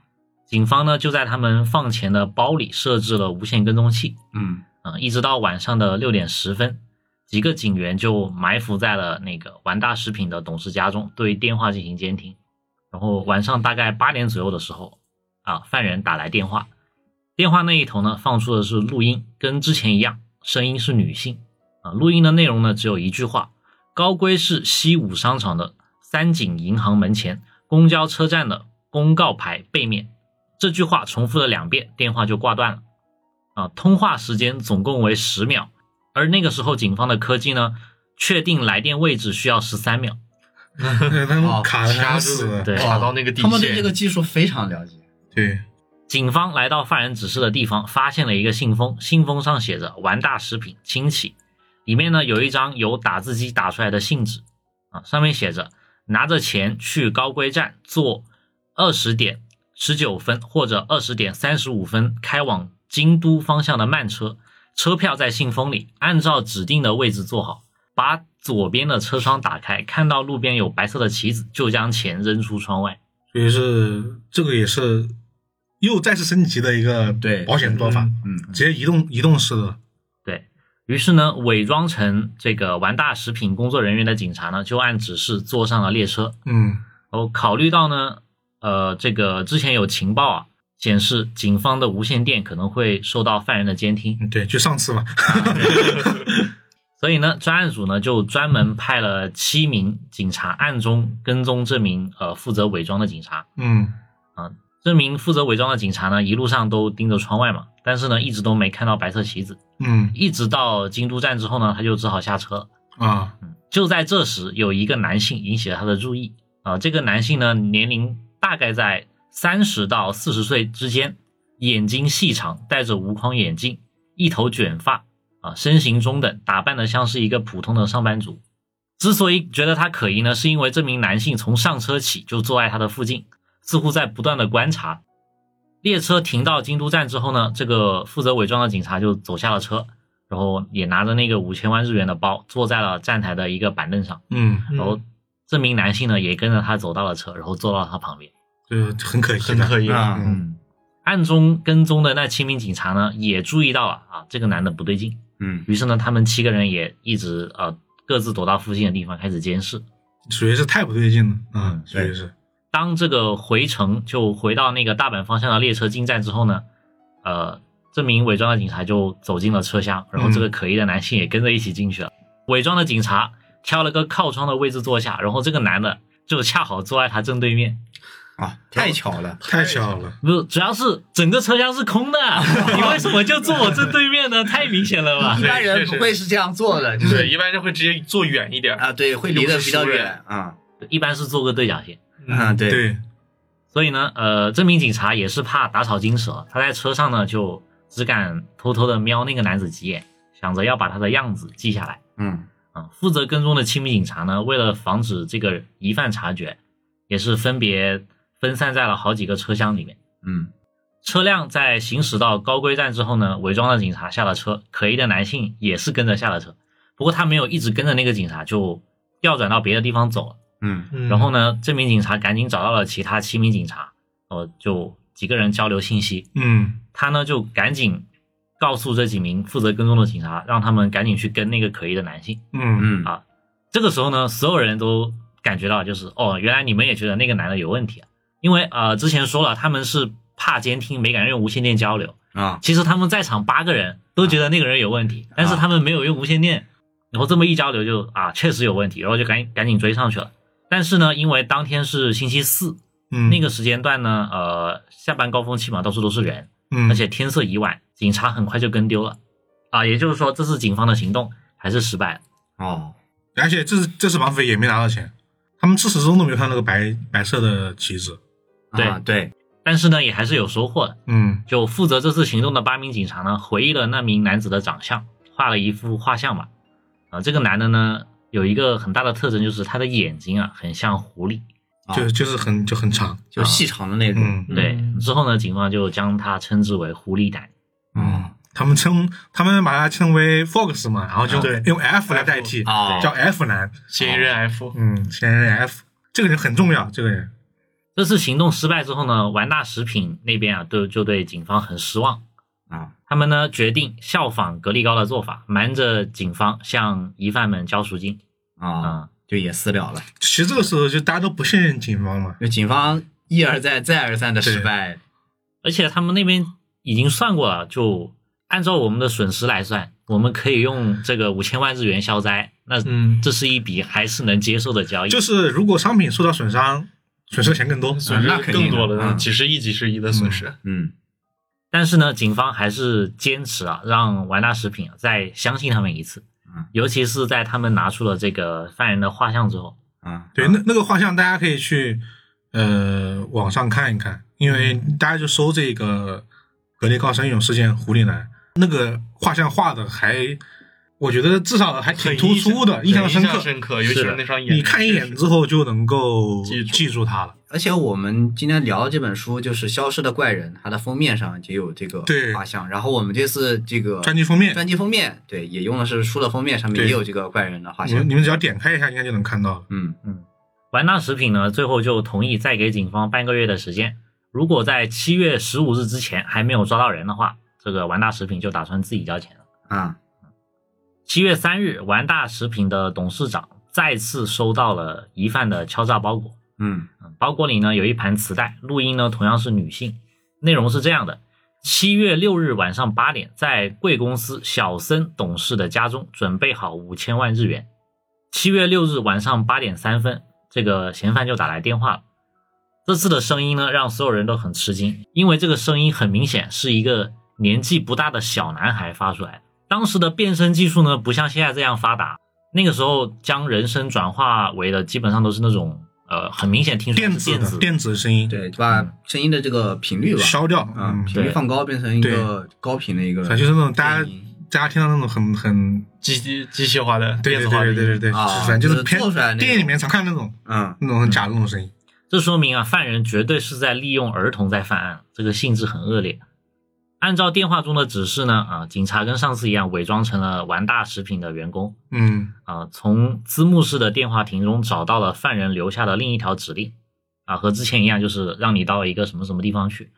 警方呢就在他们放钱的包里设置了无线跟踪器，
嗯
嗯，一直到晚上的六点十分，几个警员就埋伏在了那个完大食品的董事家中，对电话进行监听。然后晚上大概八点左右的时候，啊，犯人打来电话，电话那一头呢放出的是录音，跟之前一样，声音是女性。啊，录音的内容呢只有一句话：高龟市西武商场的三井银行门前公交车站的公告牌背面。这句话重复了两遍，电话就挂断了。啊，通话时间总共为十秒，而那个时候警方的科技呢，确定来电位置需要十三秒。
对呃他
哦
们卡的
掐
很
住
死
了
的。
对
卡到那个
嗯
底
他们对这
线，
个技术非常了解。
对，
警方来到犯人指示的地方，发现了一个信封，信封上写着“完大食品亲戚”，里面呢有一张由打字机打出来的信纸，啊，上面写着拿着钱去高龟站坐二十点十九分或者二十点三十五分开往京都方向的慢车，车票在信封里，按照指定的位置坐好，把左边的车窗打开，看到路边有白色的旗子，就将钱扔出窗外。
所以是这个也是又再次升级的一个
对
保险做法，
嗯，
直接移动移动式的。
对于是呢，伪装成这个完大食品工作人员的警察呢，就按指示坐上了列车。
嗯，
哦，考虑到呢，呃，这个之前有情报啊，显示警方的无线电可能会受到犯人的监听，
嗯对，就上次吧。
所以呢，专案组呢就专门派了七名警察暗中跟踪这名呃负责伪装的警察。
嗯，
这名负责伪装的警察呢，一路上都盯着窗外嘛，但是呢，一直都没看到白色旗子。
嗯
一直到京都站之后呢，他就只好下车了。
啊，
就在这时，有一个男性引起了他的注意啊、这个男性呢，年龄大概在三十到四十岁之间，眼睛细长，戴着无框眼镜，一头卷发啊、身形中等，打扮的像是一个普通的上班族。之所以觉得他可疑呢，是因为这名男性从上车起就坐在他的附近，似乎在不断的观察。列车停到京都站之后呢，这个负责伪装的警察就走下了车，然后也拿着那个五千万日元的包，坐在了站台的一个板凳上。
嗯，
嗯
然后这名男性呢也跟着他走到了车，然后坐到了他旁边。
这很可惜
很
的，
可疑
啊。
啊
嗯，
暗中跟踪的那七名警察呢也注意到了啊，这个男的不对劲。
嗯，
于是呢，他们七个人也一直呃各自躲到附近的地方开始监视。
属于是太不对劲了。嗯，属于
对
是。
当这个回程就回到那个大阪方向的列车进站之后呢，呃，这名伪装的警察就走进了车厢，然后这个可疑的男性也跟着一起进去了。伪装的警察挑了个靠窗的位置坐下，然后这个男的就恰好坐在他正对面。
啊，太巧了，
太巧了，
不是，主要是整个车厢是空的， [laughs] 你为什么就坐我正对面呢？太明显了吧 [laughs]
一？般人不会是这样做的，就是
对，一般人会直接坐远一点。
啊，对，会离得比较远啊，
一般是做个对角线。
嗯
啊，对，
对，
所以呢，呃，这名警察也是怕打草惊蛇，他在车上呢就只敢偷偷的瞄那个男子几眼，想着要把他的样子记下来。
嗯
啊，负责跟踪的七名警察呢，为了防止这个疑犯察觉，也是分别分散在了好几个车厢里面。
嗯
车辆在行驶到高龟站之后呢，伪装的警察下了车，可疑的男性也是跟着下了车，不过他没有一直跟着那个警察，就调转到别的地方走了。
嗯
嗯
然后呢，这名警察赶紧找到了其他七名警察，呃，就几个人交流信息。
嗯
他呢就赶紧告诉这几名负责跟踪的警察，让他们赶紧去跟那个可疑的男性。
嗯
嗯
啊这个时候呢，所有人都感觉到，就是哦，原来你们也觉得那个男的有问题啊，因为呃之前说了，他们是怕监听，没敢用无线电交流。
啊，
其实他们在场八个人都觉得那个人有问题，
啊
但是他们没有用无线电，然后这么一交流就啊确实有问题，然后就赶紧赶紧追上去了。但是呢，因为当天是星期四，
嗯，
那个时间段呢，呃，下班高峰期嘛，到处都是人，
嗯，
而且天色已晚，警察很快就跟丢了。啊，也就是说，这次警方的行动还是失败了。
哦，
而且这次这次绑匪也没拿到钱，他们自始至终都没有看到那个白白色的旗子。
啊对，
但是呢，也还是有收获的。
嗯
就负责这次行动的八名警察呢，回忆了那名男子的长相，画了一幅画像吧。啊、这个男的呢，有一个很大的特征就是他的眼睛啊，很像狐狸。
啊
就就是很就很长。
就细长的那种，
嗯
对，
嗯
之后呢，警方就将他称之为“狐狸男
嗯，他们称他们把它称为 Fox 嘛，然后就
对
用 F 来代替，
啊，
叫 F 男。
嫌疑人
哦
F，
嗯，嫌疑人 F 这个人很重要，这个人。”。
这次行动失败之后呢，完大食品那边啊，对就对警方很失望。
啊，
他们呢决定效仿格力高的做法，瞒着警方向疑犯们交赎金。
啊
啊，
就也私了了。
其实这个时候就大家都不信任警方了。
就警方一而再、再而三的失败，
而且他们那边已经算过了，就按照我们的损失来算，我们可以用这个五千万日元消灾，那
嗯
这是一笔还是能接受的交易。
就是如果商品受到损伤，损失的钱更多。
损失
那肯定
更
的
多了，
嗯
几十亿、几十亿的损失。
嗯
但是呢，警方还是坚持啊，让完达食品啊再相信他们一次
嗯，
尤其是在他们拿出了这个犯人的画像之后，
啊，
对，
啊
那那个画像大家可以去呃网上看一看，因为大家就搜这个格力高山勇事件狐狸男，那个画像画的还我觉得至少还挺
很
突出的，印象深刻。
深刻，尤其
是
是
的
那双眼，
你看一眼之后就能够
记住
记住它了。
而且我们今天聊的这本书就是《消失的怪人》，它的封面上也有这个
对
画像。然后我们这次这个
专辑封面，
专辑封面，对，也用的是书的封面，上面
对
也有这个怪人的画
你们
像
你。们只要点开一下，应该就能看到了。
嗯，
完达食品呢，最后就同意再给警方半个月的时间。如果在七月十五日之前还没有抓到人的话，这个完达食品就打算自己交钱了。
啊，
七月三日，完达食品的董事长再次收到了疑犯的敲诈包裹，
嗯
嗯包裹里呢有一盘磁带，录音呢同样是女性，内容是这样的：七月六日晚上八点，在贵公司小森董事的家中准备好五千万日元。七月六日晚上八点三分，这个嫌犯就打来电话了。这次的声音呢，让所有人都很吃惊，因为这个声音很明显是一个年纪不大的小男孩发出来的。当时的变声技术呢，不像现在这样发达，那个时候将人声转化为的基本上都是那种呃，很明显听出来
电
是
子
电
的
子
电子声音，
对，把声音的这个频率吧，
消掉，
啊
嗯，，
频率放高，变成一个高频的一个
反正就是那种大家
电音
大家听到那种很很，
机机机械化的
对
电
对
子化
对
的
对对对，
音，
啊
反正就是偏
就是做出来那种
电影里面常看那种
嗯
那种很假的那种声音。
这说明啊，犯人绝对是在利用儿童在犯案，这个性质很恶劣。按照电话中的指示呢，啊，警察跟上次一样伪装成了完大食品的员工，
嗯，
啊，从资木市的电话亭中找到了犯人留下的另一条指令，啊，和之前一样，就是让你到一个什么什么地方去。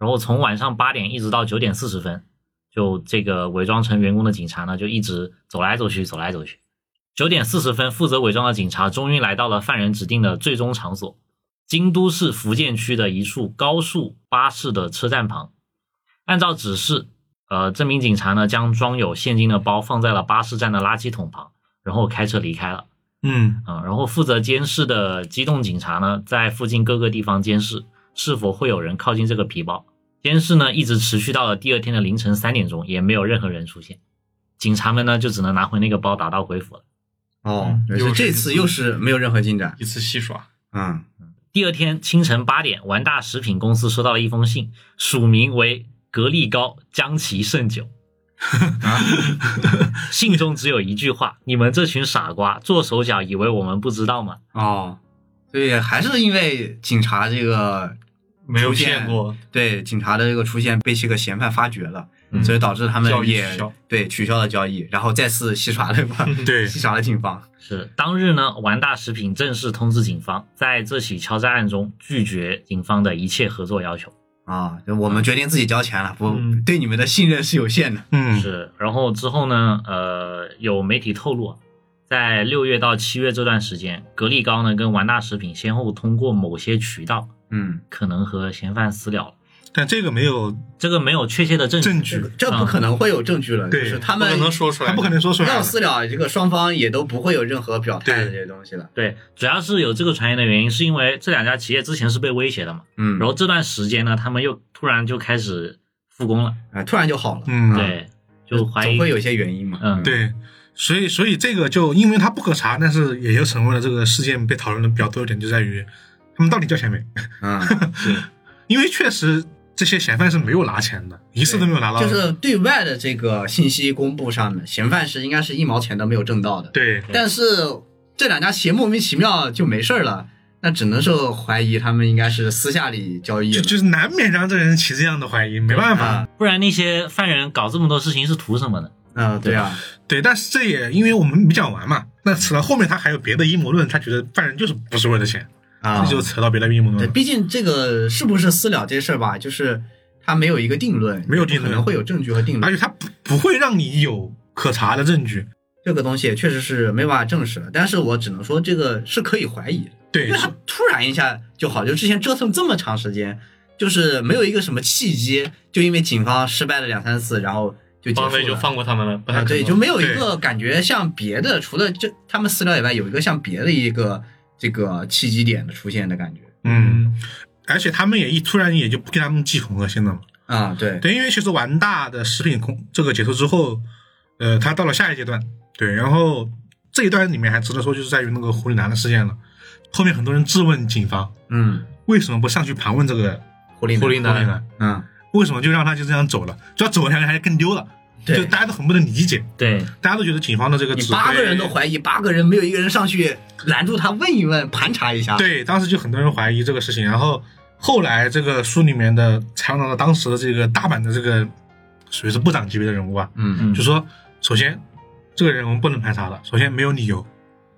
然后从晚上八点一直到九点四十分，就这个伪装成员工的警察呢，就一直走来走去，走来走去。九点四十分，负责伪装的警察终于来到了犯人指定的最终场所——京都市福建区的一处高速巴士的车站旁。按照指示，呃，这名警察呢将装有现金的包放在了巴士站的垃圾桶旁，然后开车离开了。
嗯，
啊，然后负责监视的机动警察呢，在附近各个地方监视是否会有人靠近这个皮包。监视呢一直持续到了第二天的凌晨三点钟，也没有任何人出现。警察们呢就只能拿回那个包打道回府了。
哦，
嗯
就是这次又是没有任何进展，
一次戏耍，
嗯
第二天清晨八点，完大食品公司收到了一封信，署名为格力高江崎胜久。
啊，
信中只有一句话：“你们这群傻瓜，做手脚以为我们不知道吗？”
哦，对，还是因为警察这个
没有
出现
骗过，
对警察的这个出现被这个嫌犯发觉了，
嗯
所以导致他们
交易
也
取消嗯
对取消了交易，然后再次戏耍了吧？
对
[laughs] 戏耍了警方。
是当日呢，完大食品正式通知警方，在这起敲诈案中拒绝警方的一切合作要求。
啊、就我们决定自己交钱了，不、
嗯
对你们的信任是有限的。
嗯，
是，然后之后呢，呃，有媒体透露啊，在六月到七月这段时间，格力高呢跟完大食品先后通过某些渠道，
嗯，
可能和嫌犯私了了。
但这个没有
这个没有确切的证据。
证据，
这不可能会有证据了，
对
就是他
嗯不
们
可能说出来，
他不可能说出来
要
的。
私了，这个双方也都不会有任何表态的这
对
些东西了。
对，主要是有这个传言的原因，是因为这两家企业之前是被威胁的嘛，
嗯，
然后这段时间呢，他们又突然就开始复工了，
啊，突然就好了。
嗯，
对，就怀疑
总会有一些原因嘛。
嗯
对，所以所以这个就因为它不可查，但是也就成为了这个事件被讨论的比较多的点，就在于他们到底交钱没？
嗯，
因为确实这些嫌犯是没有拿钱的，一次都没有拿
[laughs]
到。
嗯就是对外的这个信息公布上面，嫌犯是应该是一毛钱都没有挣到的。
对，
但是这两家企业莫名其妙就没事儿了，那只能是怀疑他们应该是私下里交易
就
了。
就是难免让这人起这样的怀疑，没办法。
啊，
不然那些犯人搞这么多事情是图什么呢？
嗯，对啊，
对，但是这也因为我们没讲完嘛，那扯到后面他还有别的阴谋论，他觉得犯人就是不是为了钱，
啊
这，就嗯扯到别的阴谋论
对，
了。
毕竟这个是不是私了这事儿吧，就是他没有一个定论，
没有定论
可能会有证据和定
而
论
且，他不不会让你有可查的证据。
这个东西确实是没办法证实的。但是我只能说，这个是可以怀疑的，
对嗯
因为，他突然一下就好，就之前折腾这么长时间，就是没有一个什么契机，就因为警方失败了两三次，然后就结束
王菲
了。
就放过他们了，不太
啊，
可
对，
能
就没有一
对
个感觉像别的，除了就他们私聊以外，有一个像别的一个这个契机点的出现的感觉
嗯，而且他们也一突然也就不跟他们记红了，现在嘛。
啊，对，
对，因为其实完大的食品空这个结束之后，呃，它到了下一阶段，对，然后这一段里面还值得说，就是在于那个狐狸男的事件了。后面很多人质问警方
嗯，
为什么不上去盘问这个
狐狸
狐
狐
狸
狸
男
男，
嗯，
为什么就让他就这样走了，就要走了还还更丢了。
对
就大家都很不能理解，
对，
大家都觉得警方的这个
你
指挥，
八个人都怀疑，八个人没有一个人上去拦住他问一问、盘查一下。，
对，当时就很多人怀疑这个事情，然后后来这个书里面的采访到的当时的这个大阪的这个属于是部长级别的人物啊，
嗯，
嗯
就说首先这个人我们不能盘查了，首先没有理由，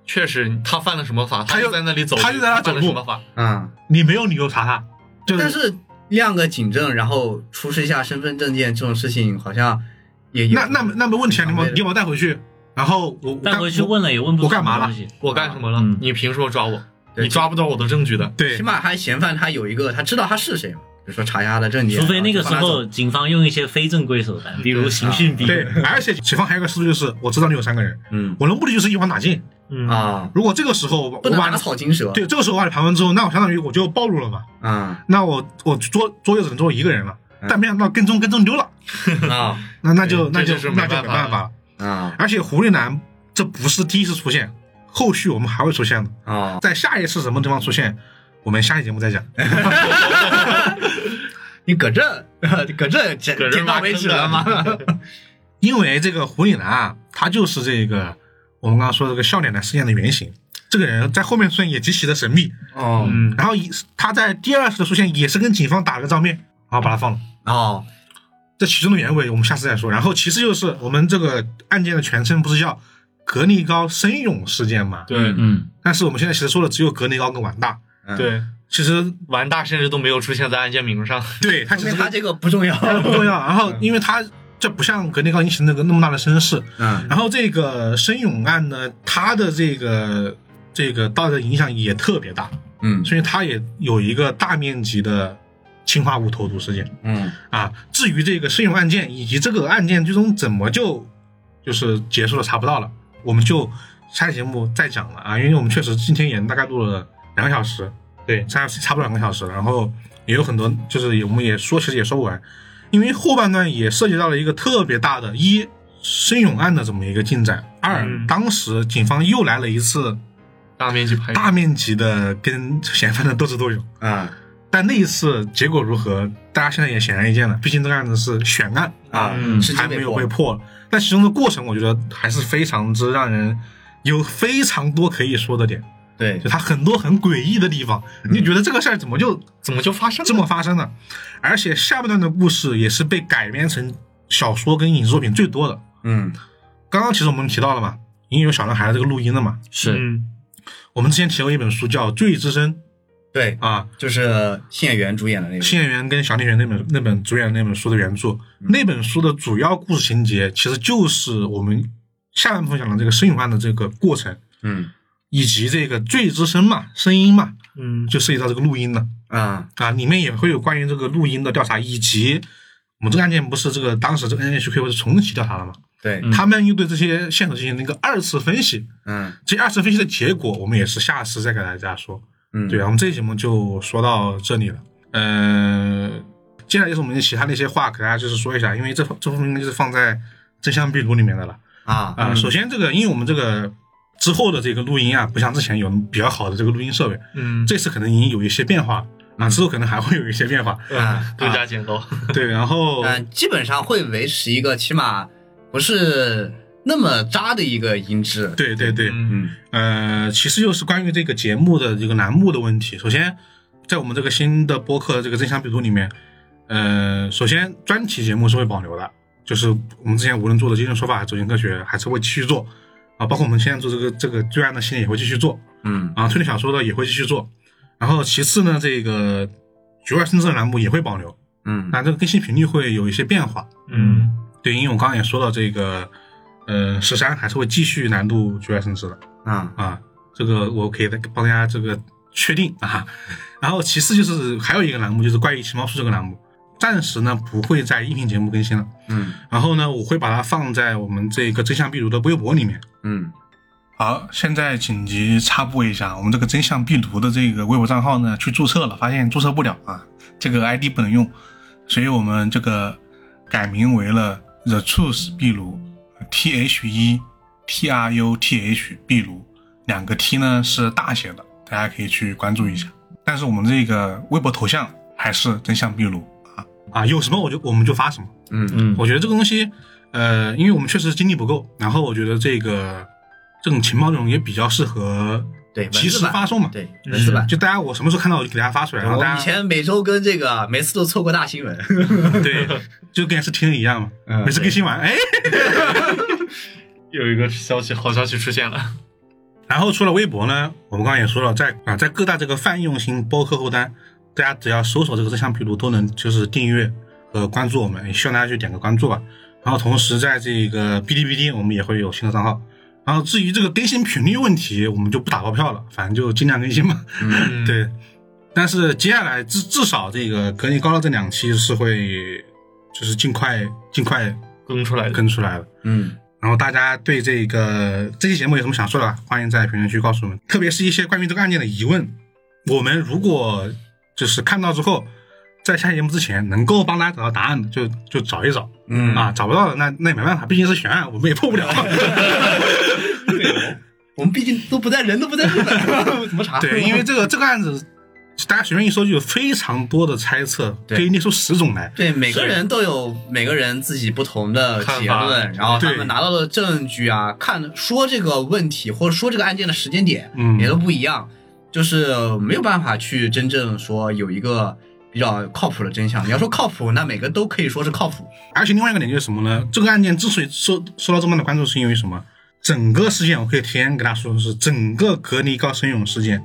确实他犯了什么法，
他就
就在那里走，
他就在那
犯
走
了
路
什么法？
啊、
你没有理由查他，就
但
是
是亮个警证，然后出示一下身份证件这种事情，好像也有
那那那没问题啊，你把我你把我带回去，然后我我
带
干
回去
我
问了也问不出
我干嘛
什么
了
东西
我干什么了？
嗯
你凭什么抓我？
对
你抓不到我的证据的。
对
起码他嫌犯他有一个，他知道他是谁嘛，比如说查一下他的证件。
除非那个
然
时
后就
候警方用一些非正规手段，比如刑讯逼 [laughs]
对
问，，
而且警方还有一个思路就是我知道你有三个人，
嗯
我的目的就是一网打尽，
嗯
啊，
如果这个时候我把
不
我
能
把
打
你
草惊蛇。
对，这个时候我把你盘完之后，那我相当于我就暴露了嘛。
啊
那我我捉捉又只能捉一个人了，
嗯
但没想到跟踪跟踪丢了，
啊
那那就
对
那就
哎这就是没
那
办
就
法
没办法了。
啊
而且狐狸男这不是第一次出现，后续我们还会出现的，
啊！
在下一次什么地方出现，我们下期节目再讲。
哎
你搁这 [laughs] 搁这点
搁这
点到
挖
为
坑
止了吗？
因为这个狐狸男啊，他就是这个我们刚刚说这个笑脸男事件的原型。这个人在后面出现也极其的神秘，
哦
嗯，
然后一他在第二次的出现也是跟警方打了个照面，然后把他放了。
哦
这其中的原委我们下次再说。然后其次就是我们这个案件的全称不是叫格力高申勇事件嘛？
对
嗯，
但是我们现在其实说的只有格力高跟完大，
嗯
对，
其实
完大甚至都没有出现在案件名上。
对他
说
其
明
实
他这个不重要。
不重要。然后因为他这不像格力高引起那个那么大的声势，
嗯
然后这个申勇案呢，他的这个这个道德影响也特别大，
嗯
所以他也有一个大面积的氰化物投毒事件。
嗯
啊，至于这个申勇案件以及这个案件最终怎么就就是结束了，查不到了，我们就下期节目再讲了啊，因为我们确实今天也大概录了两个小时，对，差差不多两个小时了，然后也有很多就是也我们也说其实也说不完，因为后半段也涉及到了一个特别大的一申勇案的这么一个进展，二、
嗯
当时警方又来了一次
大面积拍
大面积的跟嫌犯的斗智斗勇。
啊
但那一次结果如何，大家现在也显而易见了。毕竟这个案子是悬案，
啊
嗯，
是
还没有被破。但其中的过程，我觉得还是非常之让人有非常多可以说的点，
对
就它很多很诡异的地方，你觉得这个事儿怎么就
嗯怎么就发生了
这么发生了？而且下半段的故事也是被改编成小说跟影视作品最多的。
嗯
刚刚其实我们提到了嘛，已经有小男孩这个录音了嘛。
是，
嗯，
我们之前提过一本书叫《罪之声
对》，
啊，
就是谢元主演的那个
新演员跟小演员那本那本主演的那本书的原著，那本书的主要故事情节其实就是我们下半部分讲的这个申勇案的这个过程，
嗯
以及这个罪之声嘛，声音嘛，
嗯，
就涉及到这个录音了
啊
啊，里面也会有关于这个录音的调查，以及我们这个案件不是这个当时这个 NHK 不是重启调查了嘛，
对
嗯
他们又对这些线索进行了一个二次分析，
嗯
这二次分析的结果我们也是下次再给大家说。
嗯
对啊，我们这期节目就说到这里了。呃，接下来就是我们其他的一些话，给大家就是说一下，因为这这部分就是放在真相壁炉里面的了
啊
啊、首先，这个因为我们这个之后的这个录音啊，不像之前有比较好的这个录音设备，
嗯，
这次可能已经有一些变化啊，之后可能还会有一些变化。
啊
嗯更加简陋。
对，然后
嗯，基本上会维持一个起码不是那么渣的一个音质。
对对对，
嗯
嗯
呃，其实就是关于这个节目的这个栏目的问题。首先，在我们这个新的播客这个真相壁炉里面，呃，首先专题节目是会保留的，就是我们之前无论做的《今日说法》《走进科学》，还是会继续做啊，包括我们现在做这个这个罪案的系列也会继续做
嗯
啊，推理小说的也会继续做。然后其次呢，这个局外生证栏目也会保留，
嗯
那这个更新频率会有一些变化。
嗯，
对，因为我刚刚也说到这个，呃，十三还是会继续难度局外生知的。
啊
啊，这个我可以再帮大家这个确定啊。然后其次就是还有一个栏目就是怪异奇猫树这个栏目，暂时呢不会在音频节目更新了。
嗯
然后呢，我会把它放在我们这个真相壁炉的微博里面。
嗯
好，现在紧急插播一下，我们这个真相壁炉的这个微博账号呢，去注册了，发现注册不了啊，这个 ID 不能用，所以我们这个改名为了 The Truth 壁炉，T H E T R U T H 壁炉，两个 T 呢是大写的，大家可以去关注一下。但是我们这个微博头像还是真相壁炉啊啊，有什么我就我们就发什么。
嗯
嗯，
我觉得这个东西，呃，因为我们确实精力不够，然后我觉得这个这种情报内容也比较适合
对，文
及
字
时发
版，
送嘛，嗯
对，文字版。
就大家我什么时候看到我就给大家发出来，然后
我
大
以
家
前每周跟这个啊每次都错过大新闻，
对，就跟 S 听一样嘛，
嗯
每次更新完，哎，
有一个消息，好消息出现了， [laughs]
然后除了微博呢，我们刚刚也说了，在啊在各大这个泛用型播客后端，大家只要搜索这个正向频读，都能就是订阅和关注我们，也希望大家去点个关注吧。然后同时在这个哔哩哔哩，我们也会有新的账号。然后至于这个更新频率问题，我们就不打包票了，反正就尽量更新吧。[laughs]
嗯，
对，但是接下来至至少这个格力高的这两期是会就是尽快尽快
更出来的，
更出来的。
[laughs] 嗯，
然后大家对这个这期节目有什么想说的吧，欢迎在评论区告诉我们，特别是一些关于这个案件的疑问，我们如果就是看到之后，在下节目之前能够帮大家找到答案的，就就找一找，
嗯
啊，找不到的那那也没办法，毕竟是悬案，我们也破不
[laughs]
了。
我们 [laughs] 毕竟都不在，人都不在日 [laughs] 本，怎么查？
对，因为这个这个案子，大家随便一说就有非常多的猜测，
对
可以列出十种来。
对每个人都有每个人自己不同的结
看
论，然后他
对
们拿到的证据啊，看说这个问题或者说这个案件的时间点，
嗯
也都不一样，就是没有办法去真正说有一个比较靠谱的真相。你要说靠谱，那每个都可以说是靠谱。
而且另外一个点就是什么呢？这个案件之所以受受到这么大的关注，是因为什么？整个事件，我可以提前给大家说的是，整个格尼高生勇事件，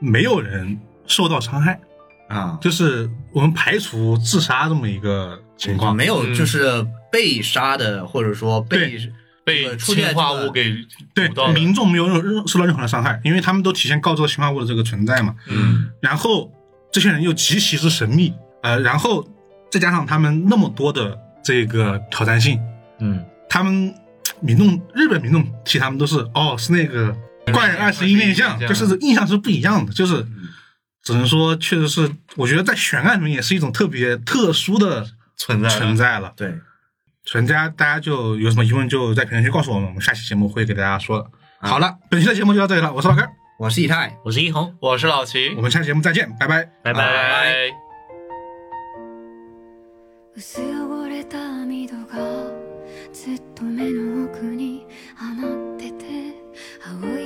没有人受到伤害，
啊，
就是我们排除自杀这么一个情况。
没有
嗯
就是被杀的，或者说被
被
出现
氰化
这个
物给
对
堵到了，
民众没有任任受到任何的伤害，因为他们都提前告知了氰化物的这个存在嘛。
嗯，
然后这些人又极其之神秘，呃，然后再加上他们那么多的这个挑战性，
嗯，
他们民众日本民众提他们都是哦是那个怪人二十一面相，嗯
嗯
就是印象是不一样的，就是只能说确实是，我觉得在悬案里面也是一种特别特殊的
存在了
存在了。
对，
所以大家大家就有什么疑问就在评论区告诉我们，我们下期节目会给大家说的。
啊
好了，本期的节目就到这里了，我是老根儿，
我是以太，
我是一红，
我是老齐
我，们下期节目再见，拜拜。
拜
拜拜。
拜。
薄汚れた網戸がずっと目の奥に余ってて青い